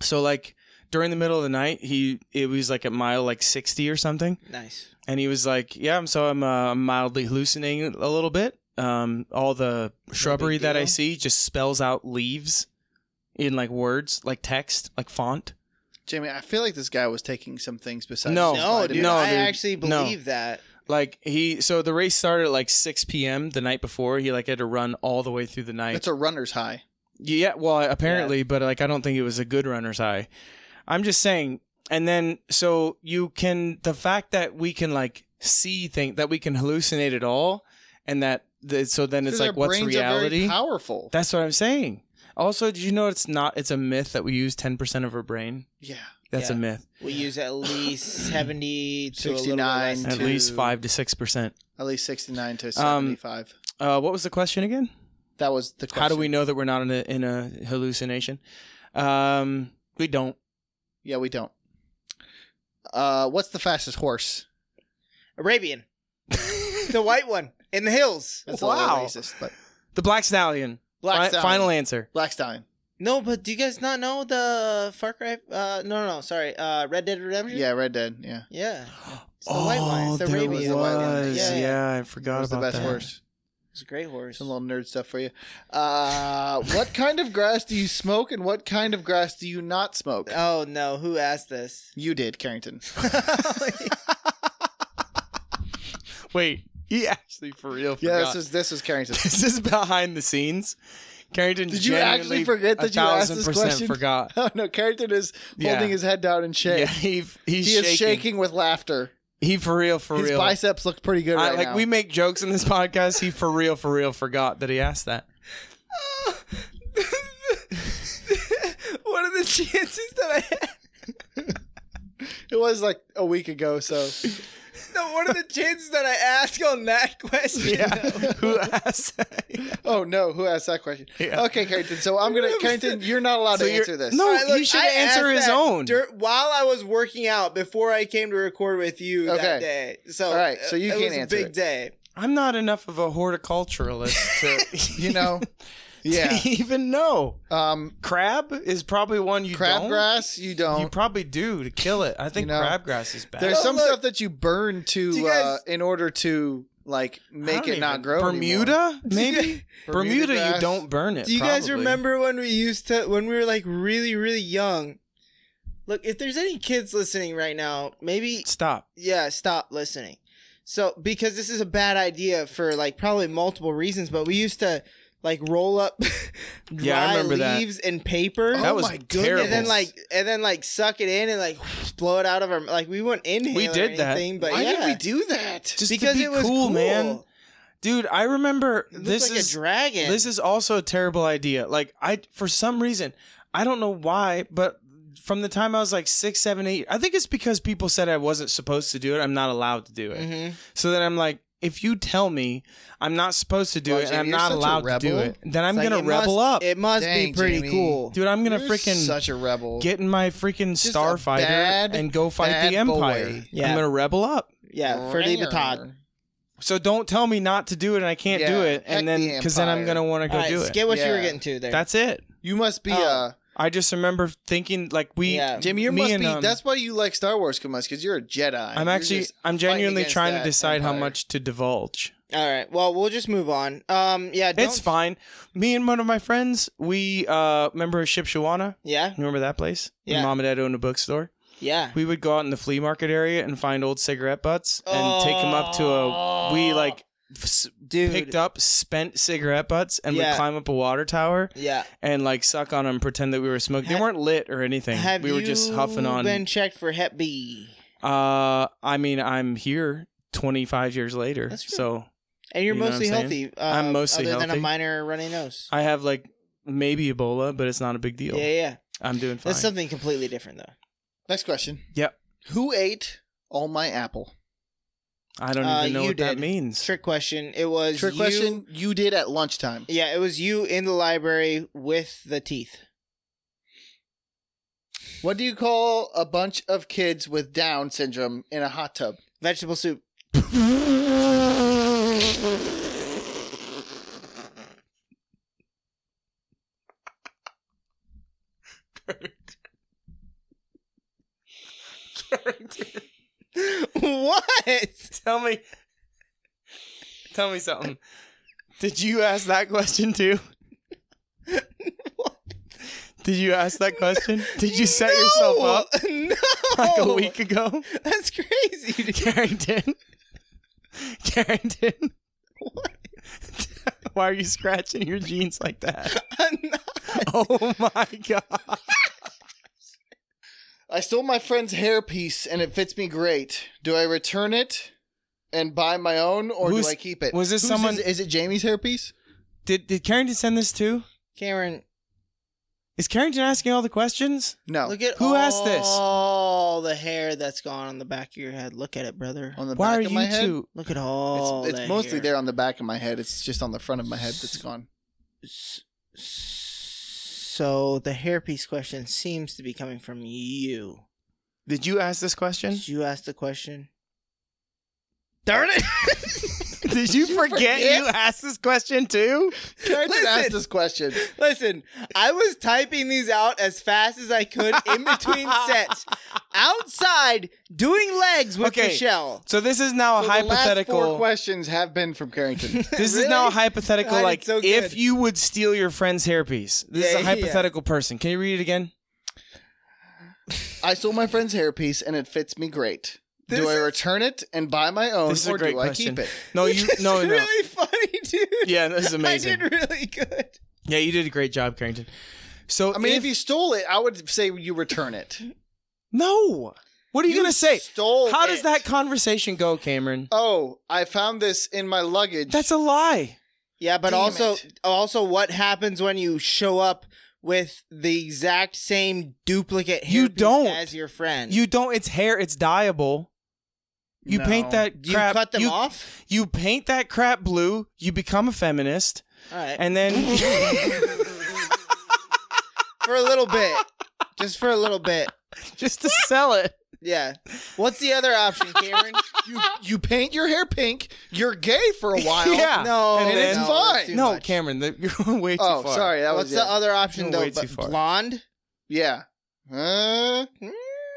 S1: So like during the middle of the night, he it was like at mile like sixty or something.
S3: Nice.
S1: and he was like, "Yeah, I'm so I'm uh, mildly hallucinating a little bit. Um, all the shrubbery that I
S3: deal.
S1: see just spells out leaves in like words, like text, like font.
S2: Jamie, I feel like this guy was taking some things besides.
S1: No.
S2: his
S3: No,
S2: vitamins.
S3: dude,
S1: Oh, No,
S3: I
S1: dude.
S3: actually
S1: No.
S3: believe that.
S1: Like he, so the race started at like 6 p.m. the night before. He like had to run all the way through the night.
S2: It's a runner's high.
S1: Yeah, well, apparently, but like I don't think it was a good runner's high. I'm just saying. And then so you can the fact that we can like see things that we can hallucinate at all, and that the, so then it's
S2: Because
S1: like
S2: our
S1: what's
S2: brains
S1: reality?
S2: Are very powerful.
S1: That's what I'm saying. Also, did you know it's not? It's a myth that we use 10% of our brain.
S2: yeah,
S1: That's a
S3: Yeah.
S1: myth.
S3: We use at least 70 to 69
S2: 69
S1: At
S2: Two.
S1: least five to six percent.
S2: at least sixty-nine
S1: Um,
S2: to seventy-five.
S1: Uh, what was the question again?
S2: that was the. Question.
S1: How do we know that we're not in a in a hallucination? Um, we don't.
S2: Yeah, we don't. Uh, what's the fastest horse?
S3: Arabian. the white one in the hills.
S2: That's a little
S1: Wow.
S2: racist, but
S1: The black stallion.
S2: Black
S1: Fi-
S2: Stallion.
S1: Final answer.
S2: Black Stallion.
S3: No, but do you guys not know the Far Cry? Uh, no, no, no, sorry. Uh, Red Dead Redemption?
S2: Yeah, Red Dead. Yeah,
S3: Yeah. It's the white one. It's the
S1: Oh, there
S3: Arabian.
S1: was.
S2: The white one.
S1: Yeah,
S3: Oh, Yeah, yeah.
S1: I
S2: that
S1: forgot
S2: was the
S1: about
S2: best
S1: that.
S2: horse.
S3: It's a great horse.
S2: Some little nerd stuff for you. Uh, what kind of grass do you smoke, and what kind of grass do you not smoke?
S1: Uh,
S2: Uh,
S3: Oh, no. Who asked this?
S2: you did, Carrington.
S1: Wait, he actually for real
S2: Yeah,
S1: forgot.
S2: this is this is Carrington.
S1: this is behind the scenes. Carrington,
S2: Did you
S1: genuinely
S2: actually forget that you asked this
S1: 1000%
S2: question?
S1: Forgot.
S2: Oh no, Carrington is holding
S1: Yeah.
S2: his head down and shake.
S1: Yeah, he he's
S2: he
S1: shaking.
S2: is shaking with laughter.
S1: He for real, for
S2: his
S1: real.
S2: biceps look pretty good
S1: I-
S2: right
S1: like
S2: now.
S1: we make jokes in this podcast. He for real, for real forgot that he asked that.
S3: what are the chances that I had?
S2: it was like a week ago, so
S3: No, what are the chances that I ask on that question?
S1: Who asked? That? Yeah.
S2: oh no, who asked that question?
S1: Yeah.
S2: Okay, Carrington. So I'm gonna Carrington, you're not allowed
S1: So
S2: to
S1: you're-
S2: answer this.
S1: No,
S3: All right,
S1: he should answer
S3: asked
S1: his
S3: that
S1: own.
S3: dur- while I was working out before I came to record with you
S2: Okay.
S3: that day. So,
S2: All right, so you
S3: it
S2: can't
S3: was
S2: answer
S3: a big
S2: it.
S3: day.
S1: I'm not enough of a horticulturalist to
S2: You know? Yeah.
S1: to even know.
S2: Um
S1: Crab is probably one you don't.
S2: crabgrass, you
S1: You
S2: don't.
S1: probably do to kill it. I think
S2: You know,
S1: crabgrass is bad.
S2: There's
S3: Oh,
S2: some
S3: look.
S2: stuff that you burn to
S3: Do you
S2: uh,
S3: guys-
S2: in order to like
S1: I
S2: make
S1: don't
S2: it not
S1: even-
S2: grow. anymore.
S1: Bermuda,
S3: Do you
S1: maybe.
S2: Bermuda
S1: Bermuda, you
S2: grass.
S1: don't burn it.
S3: Do you guys
S1: probably.
S3: remember when we used to when we were like really really young? Look, if there's any kids listening right now, maybe
S1: Stop.
S3: yeah, stop listening. So because this is a bad idea for like probably multiple reasons, but we used to like roll up dry
S1: Yeah, I remember that.
S3: leaves and paper.
S1: That
S2: Oh
S1: was
S2: my goodness.
S1: terrible.
S3: and then like and then like suck it in and like blow it out of our like we wouldn't inhale
S1: We
S3: or
S1: did that.
S3: anything, but
S2: Why
S3: yeah
S2: did we do that?
S1: just
S3: because
S1: to be
S3: it was
S1: cool,
S3: cool
S1: man. Dude, I remember
S3: It looked
S1: this
S3: like
S1: is
S3: a dragon
S1: This is also a terrible idea. Like I, for some reason, I don't know why, but from the time I was like six, seven, eight, I think it's because people said I wasn't supposed to do it. I'm not allowed to do it.
S3: Mhm.
S1: So then I'm like, if you tell me I'm not supposed to do
S2: Well,
S1: it and
S2: Jamie,
S1: I'm
S2: you're
S1: not
S2: such a
S1: allowed to do
S2: rebel.
S1: it, then I'm
S3: It's like,
S1: gonna
S3: it
S1: rebel
S3: must-
S1: up,
S3: it must
S2: Dang,
S3: be pretty
S2: Jamie.
S3: cool
S1: dude. I'm gonna
S2: You're
S1: freaking
S2: such a rebel.
S1: get in my freaking
S2: Just a
S1: starfighter
S2: bad,
S1: and go fight
S2: bad
S1: the empire.
S2: boy.
S3: Yeah.
S1: I'm gonna rebel up.
S3: yeah for the Todd.
S1: So don't tell me not to do it and I can't do
S2: Yeah,
S1: it, and
S2: heck
S1: then
S2: the
S1: because then I'm
S2: empire.
S1: gonna want to go
S3: All right,
S1: do it.
S3: get what you were
S2: Yeah.
S3: getting to there
S1: That's it.
S2: You must be
S3: Oh.
S2: uh
S1: I just remember thinking like we
S3: Yeah.
S2: Jamie, you
S1: me
S2: must
S1: and,
S2: be
S1: um,
S2: that's why you like Star Wars so much, because you're a Jedi.
S1: I'm
S2: You're
S1: actually
S2: just
S1: I'm
S2: fighting
S1: genuinely
S2: against
S1: trying to
S2: that
S1: decide how
S2: empire.
S1: much to divulge.
S3: all right well we'll just move on um yeah don't,
S1: It's fine. Me and one of my friends, we uh remember Shipshawana?
S3: yeah
S1: Remember that place? When
S3: Yeah.
S1: Mom and dad owned a bookstore.
S3: yeah
S1: We would go out in the flea market area and find old cigarette butts and take them up to a we like s-
S3: dude
S1: picked up spent cigarette butts and
S3: Yeah.
S1: would climb up a water tower
S3: yeah
S1: and like suck on them, pretend that we were smoking.
S3: Ha-
S1: they weren't lit or anything.
S3: have
S1: we were just
S3: you
S1: huffing on.
S3: been checked for hep b
S1: Uh, I mean, I'm here 25 years later,
S3: That's true.
S1: so
S3: and you're
S1: You know what
S3: mostly
S1: I'm saying?
S3: healthy uh,
S1: I'm mostly
S3: other than a
S1: healthy.
S3: minor runny nose
S1: I have like maybe Ebola, but it's not a big deal.
S3: yeah yeah
S1: I'm doing fine.
S3: that's something completely different though
S2: Next question.
S1: Yep.
S2: Who ate all my apple?
S1: I don't
S3: Uh,
S1: even know
S3: you
S1: what that
S3: did.
S1: means.
S3: trick question it was
S2: Trick
S3: you-
S2: question. You did at lunchtime.
S3: Yeah, it was you in the library with the teeth.
S2: What do you call a bunch of kids with Down syndrome in a hot tub?
S3: Vegetable soup. what?
S1: Tell me, tell me something. Did you ask that question too?
S3: What?
S1: Did you ask that question? Did you set yourself
S3: No!
S1: up
S3: No.
S1: like a week ago?
S3: That's crazy. dude.
S1: Carrington. Carrington. Why are you scratching your jeans like that?
S3: I'm not-
S1: Oh my god.
S2: I stole my friend's hairpiece and it fits me great. Do I return it and buy my own, or
S1: Who's-
S2: do I keep it?
S1: was this
S2: Whose
S1: someone-
S2: Is it, is it Jamie's hairpiece?
S1: Did did Carrington send this too?
S3: Cameron,
S1: Is Carrington asking all the questions?
S2: No.
S3: look at
S1: Who asked this?
S3: all the hair that's gone on the back of your head. Look at it, brother.
S2: on the
S1: Why
S2: back
S1: are
S2: of my
S1: you
S2: head.
S1: two?
S3: Look at all.
S2: it's
S3: the
S2: it's mostly
S3: hair.
S2: there on the back of my head. It's just on the front of my head that's gone.
S3: S- So the hairpiece question seems to be coming from you.
S1: Did you ask this question?
S3: Did you ask the question? Darn it!
S1: Did you forget
S3: forget?
S1: you asked this question too?
S2: Carrington asked
S3: Listen.
S2: this question.
S3: Listen, I was typing these out as fast as I could in between sets, outside doing legs with
S1: Okay.
S3: Michelle.
S1: So this is now a
S2: So the last four
S1: hypothetical.
S2: questions have been from Carrington.
S1: This is now a
S3: Really?
S1: hypothetical.
S3: God, it's
S1: like
S3: so good.
S1: if you would steal your friend's hairpiece. This
S3: Yeah,
S1: is a
S3: yeah.
S1: hypothetical person. Can you read it again?
S2: I stole my friend's hairpiece and it fits me great. do
S3: This
S2: I
S3: is-
S2: return it and buy my own,
S1: This is a
S2: or
S1: great
S2: do
S1: question.
S2: I keep it?
S1: No, Oh, you
S3: This
S1: no
S3: is
S1: no.
S3: really funny, dude.
S1: Yeah, this is amazing.
S3: I did really good.
S1: Yeah, you did a great job, Carrington. So
S2: I mean, if,
S1: if
S2: you stole it, I would say you return it.
S1: no, what are you, gonna say?
S2: Stole.
S1: How does
S2: it.
S1: that conversation go, Cameron?
S2: Oh, I found this in my luggage.
S1: That's a lie.
S3: Yeah, but
S2: Damn
S3: also
S2: it.
S3: also what happens when you show up with the exact same duplicate
S1: You
S3: hairpiece
S1: don't.
S3: as your friend.
S1: You don't. It's hair. It's dyeable. You
S2: No.
S1: paint that
S3: Do you
S1: crap.
S3: cut them
S1: you,
S3: off?
S1: You paint that crap blue. You become a feminist,
S3: All right.
S1: and then
S3: for a little bit. Just for a little bit.
S1: just to sell it.
S3: Yeah. What's the other option, Cameron?
S2: you you paint your hair pink. You're gay for a while.
S1: Yeah.
S3: No,
S1: And
S2: and
S1: then-
S2: it's
S3: no,
S2: fine.
S3: that's too
S1: no,
S3: much.
S1: Cameron, the, you're going way too
S2: Oh,
S1: far.
S2: sorry. That
S3: What's
S2: was
S3: the
S2: yeah.
S3: other option
S1: You're
S3: though?
S1: way too
S3: But
S1: far.
S3: Blonde?
S2: yeah. Uh,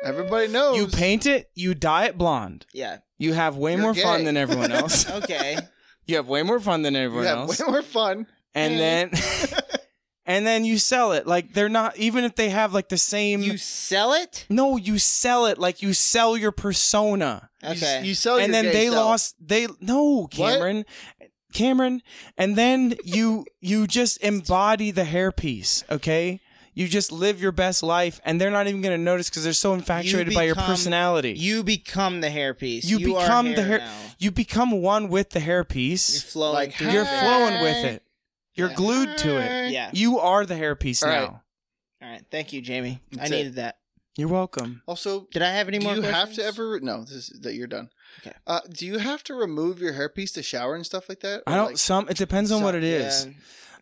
S2: everybody knows.
S1: You paint it. You dye it blonde.
S3: Yeah.
S1: You have way
S2: You're
S1: more fun
S2: gay.
S1: than everyone else.
S3: Okay.
S1: you have way more fun than
S2: You
S1: everyone
S2: have
S1: else.
S2: way more fun.
S1: and then and then you sell it like they're not even if they have like the same
S3: you sell it?
S1: no you sell it like you sell your persona
S2: You s-
S3: Okay.
S2: You, sell.
S1: and
S2: your
S1: then
S2: Oh, gay
S1: they
S2: self.
S1: lost they no cameron cameron and then you you just embody the hairpiece okay you just live your best life and they're not even going to notice because they're so infatuated by your
S3: become-
S1: personality
S3: You become the hairpiece.
S1: You
S3: are
S1: become the hair-
S3: now.
S1: you become one with the
S3: You're
S1: hairpiece
S3: flowing.
S2: Like,
S3: through
S1: you're
S3: it.
S1: flowing with it you're
S3: Yeah.
S1: glued to it
S3: Yeah.
S1: you are the hairpiece
S2: All right.
S1: now
S3: All right. Thank you, Jamie. I
S2: That's it.
S3: needed that.
S1: you're welcome
S2: Also,
S3: Did I have any
S2: do
S3: more?
S2: you have
S3: questions?
S2: to ever? No, this is, that you're done.
S3: Okay.
S2: Uh, do you have to remove your hairpiece to shower and stuff like that? Or,
S1: I don't.
S2: like-
S1: some it depends on
S3: So-
S1: what it is.
S3: yeah.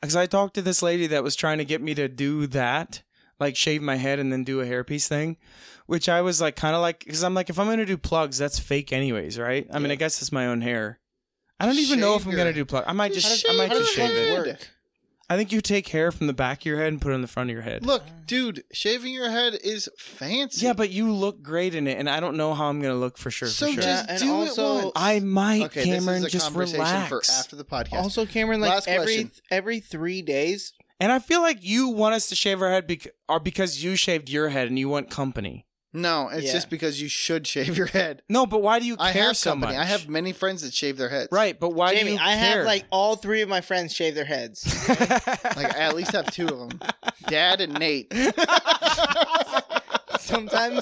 S1: Because I talked to this lady that was trying to get me to do that, like shave my head and then do a hairpiece thing, which I was like kind of like because I'm like if I'm gonna do plugs, that's fake anyways, right? I mean, I guess it's my own hair. I don't even know if
S2: Shave
S1: I'm
S2: your-
S1: gonna do plug. I might
S2: Just
S1: just I might
S2: shave
S1: just
S2: your
S1: shave it.
S2: head.
S1: I think you take hair from the back of your head and put it on the front of your head.
S2: Look, dude, shaving your head is fancy.
S1: yeah, but you look great in it, and I don't know how I'm gonna look for sure.
S2: so
S1: for sure.
S3: Yeah,
S2: just
S3: and
S2: do
S3: also-
S2: it once.
S1: I might,
S2: okay,
S1: Cameron.
S2: this is a
S1: just
S2: conversation
S1: relax.
S2: for after the podcast.
S3: Also, Cameron, like
S2: Last
S3: every
S2: question.
S3: every three days.
S1: and I feel like you want us to shave our head bec- or because you shaved your head and you want company.
S2: no, it's
S3: Yeah.
S2: just because you should shave your head.
S1: No, but why do you care
S2: I have
S1: so
S2: company.
S1: much?
S2: I have many friends that shave their heads.
S1: right, but why do
S3: Jamie,
S1: you
S3: I
S1: care?
S3: have like all three of my friends shave their heads.
S2: Like I at least have two of them, Dad and Nate.
S3: Sometimes,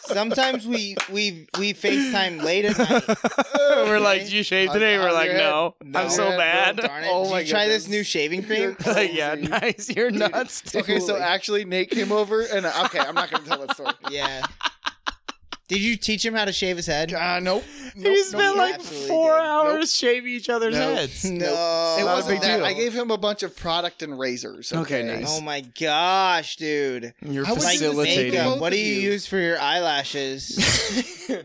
S3: sometimes we we we FaceTime late at night.
S1: we're like, you shaved today.
S2: On-
S1: We're
S2: on
S1: like,
S2: your
S1: no,
S2: head. No.
S1: I'm so
S2: Yeah, bro,
S1: bad.
S3: Darn it!
S2: Oh
S3: Did
S2: my
S3: you try this
S2: goodness.
S3: new shaving cream?
S2: You're-
S1: like, yeah, nice. You're nuts. dude.
S2: Okay, so
S3: Totally.
S2: actually Nate came over and okay, I'm not gonna tell that story.
S3: yeah. Did you teach him how to shave his head?
S2: Uh, nope. nope
S1: You spent
S2: nope,
S1: like
S3: absolutely
S1: four
S3: did.
S1: hours shaving each other's
S2: Nope.
S1: heads.
S3: No,
S2: It
S1: "Oh, Not a
S2: wasn't
S1: big
S2: that.
S1: deal.
S2: I gave him a bunch of product and razors.
S1: Okay,
S2: Okay,
S1: nice.
S3: Oh my gosh, dude!
S1: You're
S2: I wouldn't even
S1: facilitating.
S2: think of-
S3: makeup. What do
S2: Both of
S3: you
S2: you.
S3: use for your eyelashes?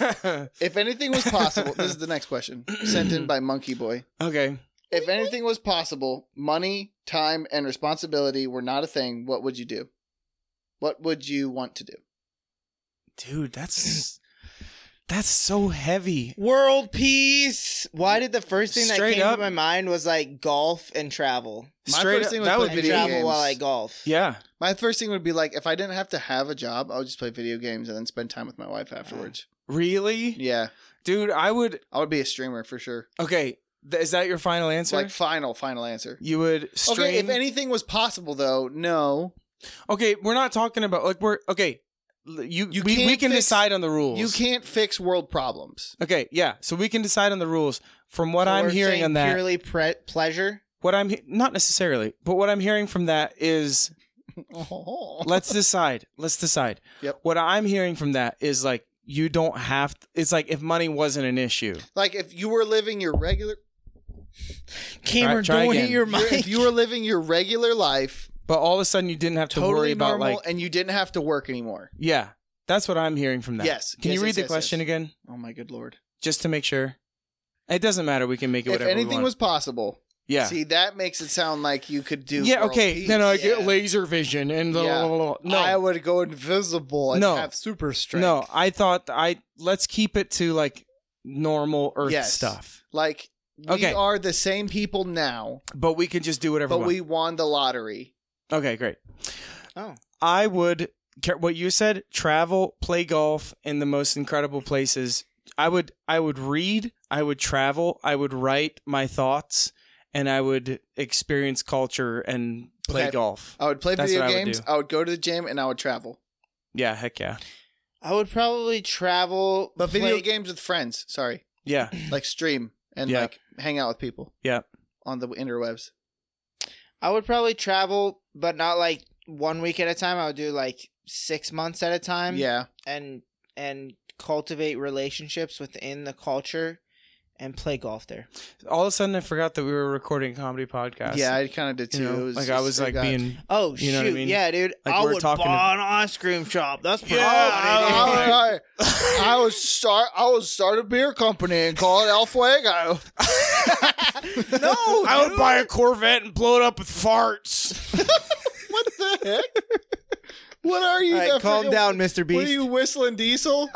S2: If anything was possible, this is the next question sent in by Monkey Boy.
S1: okay.
S2: If anything was possible, money, time, and responsibility were not a thing, what would you do? What would you want to do?
S1: Dude, that's that's so heavy.
S3: World peace. Why did the first thing
S1: Straight
S3: that came
S1: up.
S3: to my mind was like golf and travel?
S2: My
S1: Straight
S2: first
S1: up,
S2: thing was
S1: that would
S2: play
S1: be
S3: And
S2: video
S3: travel
S2: games.
S3: while I golf.
S1: yeah.
S2: My first thing would be like if I didn't have to have a job, I would just play video games and then spend time with my wife
S1: Ah.
S2: afterwards.
S1: Really,
S2: Yeah,
S1: dude? I would.
S2: I would be a streamer for sure.
S1: Okay, th- is that your final answer?
S2: Like final, final answer.
S1: you would stream.
S2: Okay, if anything was possible though, no,
S1: Okay, we're not talking about like we're okay. l- You,
S2: You
S1: we, we
S2: can't
S1: can
S2: fix-
S1: decide on the rules.
S2: you can't fix world problems.
S1: Okay, yeah. So we can decide on the rules. From what
S3: So
S1: I'm
S3: we're
S1: hearing
S3: saying
S1: on that,
S3: purely pre- pleasure.
S1: what I'm he- not necessarily, but what I'm hearing from that is let's decide. Let's decide.
S2: Yep.
S1: What I'm hearing from that is like you don't have. t- it's like if money wasn't an issue.
S2: like if you were living your regular,
S1: Cameron, try don't hit again. your
S2: if you were living your regular life,
S1: But all of a sudden you didn't have to worry
S2: totally
S1: about
S2: normal,
S1: like
S2: and you didn't have to work anymore.
S1: yeah. That's what I'm hearing from that.
S2: Yes.
S1: Can
S2: Yes,
S1: you read
S2: yes,
S1: the
S2: yes,
S1: question
S2: yes.
S1: again
S2: Oh my good lord!
S1: just to make sure? It doesn't matter. We can make it
S2: If
S1: whatever we
S2: anything
S1: want.
S2: was possible,
S1: yeah.
S2: See, that makes it sound like you could do.
S1: yeah.
S2: world
S1: Okay.
S2: peace.
S1: Then I get
S3: Yeah.
S1: laser vision and blah,
S2: Yeah.
S1: blah, blah, blah. no.
S2: I would go invisible and
S1: No.
S2: have super strength.
S1: No, I thought I let's keep it to like normal Earth
S2: Yes.
S1: stuff,
S2: like we
S1: Okay.
S2: are the same people now,
S1: but we can just do whatever.
S2: but
S1: we,
S2: we won the lottery.
S1: want. okay, great.
S3: Oh.
S1: I would Car- what you said, travel, play golf in the most incredible places. I would I would read, I would travel, I would write my thoughts, and I would experience culture and play
S2: Okay.
S1: golf.
S2: I would play
S1: That's
S2: video
S1: what I would
S2: games.
S1: do.
S2: I would, go to the gym and I would travel.
S1: Yeah, heck yeah.
S3: I would probably travel,
S2: But video
S3: play-
S2: games with friends. Sorry,
S1: Yeah.
S2: like stream and
S1: Yeah.
S2: like hang out with people.
S1: Yeah.
S2: On the interwebs.
S3: I would probably travel, but not like one week at a time. I would do like six months at a time.
S2: yeah.
S3: and and cultivate relationships within the culture, and play golf there.
S1: All of a sudden I forgot that we were recording a comedy podcast.
S2: Yeah, I kind of did too.
S1: You know,
S2: It was
S1: like I
S2: just-
S1: was like
S2: got-
S1: being
S3: Oh
S1: You
S3: shoot!
S1: know what I mean?
S3: Yeah, dude.
S1: Like,
S3: I
S1: we're
S3: would
S1: talking to-
S3: buy an ice cream shop. That's pretty
S1: Yeah,
S3: hot,
S1: I-
S3: dude.
S2: I, I, I would start. I would start a beer company and call it El Fuego.
S1: No I would buy a Corvette and blow it up with farts.
S2: What the heck? What are you?
S3: All right,
S2: that
S3: calm
S2: freaking-
S3: down,
S2: What
S3: Mr.
S2: are
S3: Beast.
S2: you whistling, Diesel?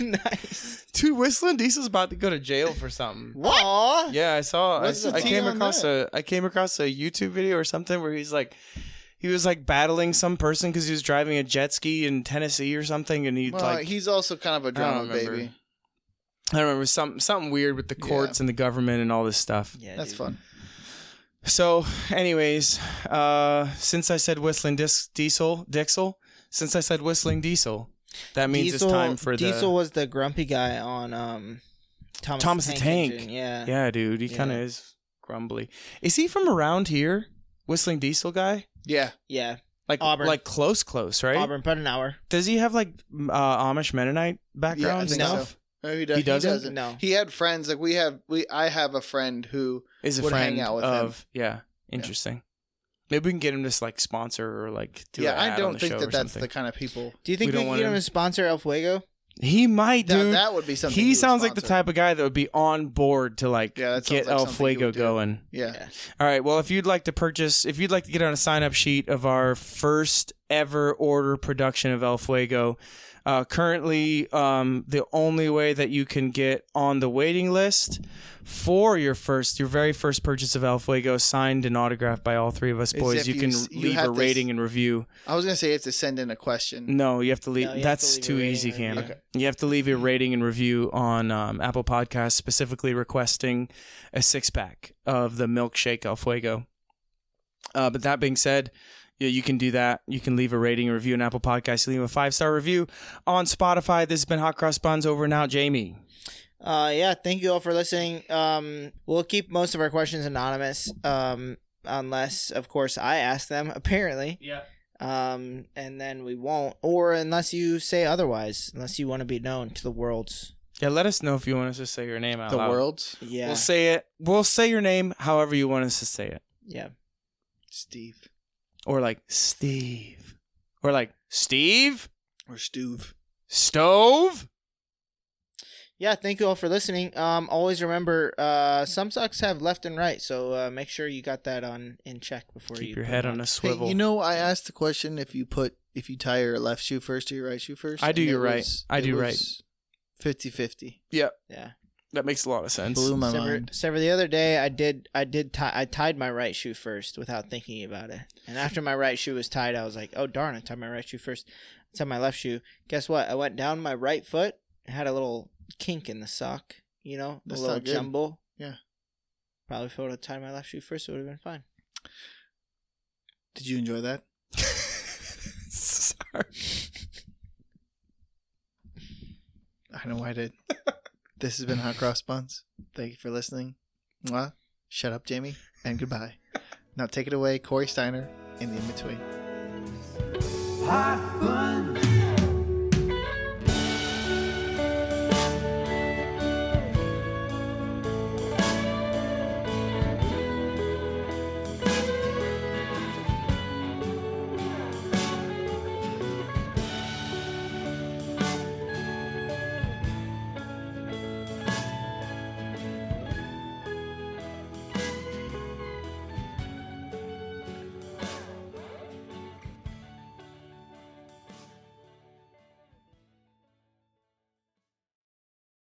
S3: nice.
S1: Dude, Whistling Diesel's about to go to jail for something.
S3: What?
S1: Yeah, I saw. I,
S2: What's the
S1: I
S2: tea
S1: came
S2: on
S1: across a I came across a YouTube video or something where he's like, he was like battling some person because he was driving a jet ski in Tennessee or something, and he
S2: Well,
S1: like
S2: he's also kind of a
S1: I don't
S2: drama
S1: remember.
S2: baby.
S1: I don't remember some something weird with the
S2: Yeah.
S1: courts and the government and all this stuff.
S3: Yeah,
S2: That's
S3: dude.
S2: fun.
S1: So, anyways, uh, since I said whistling dis- diesel Dixel, since I said whistling diesel, that means
S3: Diesel,
S1: it's time for
S3: Diesel
S1: the
S3: was the grumpy guy on um Thomas,
S1: Thomas
S3: the
S1: the
S3: Tank.
S1: Tank.
S3: Engine, Yeah.
S1: yeah, dude. He
S3: Yeah.
S1: kind of is grumbly. Is he from around here? Whistling diesel guy,
S2: Yeah,
S3: Yeah.
S1: like
S3: Auburn.
S1: like close, close, right?
S3: Auburn, about an hour.
S1: Does he have like m- uh, Amish Mennonite background
S2: think
S1: stuff?
S2: so. no, he, does,
S1: He doesn't?
S2: He,
S3: No.
S2: He had friends like we have. We I have a friend who
S1: Is a
S2: Would hang
S1: friend
S2: out with
S1: of yeah, interesting. Maybe we can get him to like sponsor or like do
S2: yeah,
S1: an ad
S2: I
S1: on
S2: don't
S1: the
S2: think
S1: show
S2: that
S1: or
S2: that's the
S1: something.
S2: kind of people.
S3: Do you
S1: We
S3: think we,
S1: don't
S3: can
S1: want
S3: get him
S1: him-
S3: to sponsor El Fuego?
S1: he might
S2: That,
S1: dude.
S2: that would be something.
S1: he
S2: would
S1: sounds like the
S2: sponsor.
S1: type of guy that would be on board to like
S2: Yeah, that sounds
S1: get
S2: like
S1: El
S2: something he
S1: Fuego
S2: would do.
S1: going.
S2: Yeah,
S1: All right. Well, if you'd like to purchase, if you'd like to get on a sign up sheet of our first ever order production of El Fuego, uh, currently um, the only way that you can get on the waiting list for your first, your very first purchase of El Fuego, signed and autographed by all three of us
S2: Is if
S1: boys, you,
S2: you
S1: can
S2: s- you
S1: leave
S2: have
S1: a
S2: to s-
S1: rating and review.
S2: I was gonna say you have to send in a question.
S1: No, you have to leave.
S3: No, you have
S1: that's
S3: to leave a
S1: too
S3: rating
S1: easy,
S3: and
S1: Cam.
S3: review.
S1: You have to leave a rating and review on um, Apple Podcasts, specifically requesting a six pack of the milkshake El Fuego. Uh, but that being said, yeah, you can do that. You can leave a rating and review on Apple Podcasts. You leave a five star review on Spotify. This has been Hot Cross Buns over and out, Jamie.
S3: Uh, yeah. Thank you all for listening. Um, we'll keep most of our questions anonymous. Um, unless of course I ask them. Apparently.
S1: Yeah.
S3: Um, and then we won't, or unless you say otherwise, unless you want to be known to the world.
S1: Yeah, let us know if you want us to say your name out
S2: The
S1: loud.
S2: world's
S3: Yeah.
S1: We'll say it. We'll say your name however you want us to say it.
S3: yeah.
S2: Steve
S1: Or like Steve. Or like Steve?
S2: or Steve.
S1: Stove?
S3: Yeah, thank you all for listening. Um, always remember, uh, some socks have left and right, so uh, make sure you got that on in check before you
S1: Keep your
S3: put
S1: head
S3: it
S1: on a
S2: Hey,
S1: swivel.
S2: you know, I asked the question if you put if you tie your left shoe first or your right shoe first.
S1: I do
S2: and
S1: your
S2: it
S1: right. I
S2: it
S1: do right.
S2: was 50-50.
S3: Yeah,
S1: that makes a lot of sense.
S2: Blew my
S3: Sever,
S2: mind.
S3: Sever, The other day, I did, I did, tie, I tied my right shoe first without thinking about it, and after my right shoe was tied, I was like, oh darn, I tied my right shoe first. I tied my left shoe. Guess what? I went down my right foot, had a little kink in the sock, you know,
S2: That's
S3: a little
S2: not good.
S3: jumble.
S2: Yeah.
S3: Probably if I would have tied my left shoe first, it would have been fine.
S2: Did you enjoy that?
S1: Sorry.
S2: I know I did. this has been Hot Cross Buns. Thank you for listening. Mwah. Shut up, Jamie, and goodbye. now take it away, Corey Steiner, in the in between.
S4: Hot bun.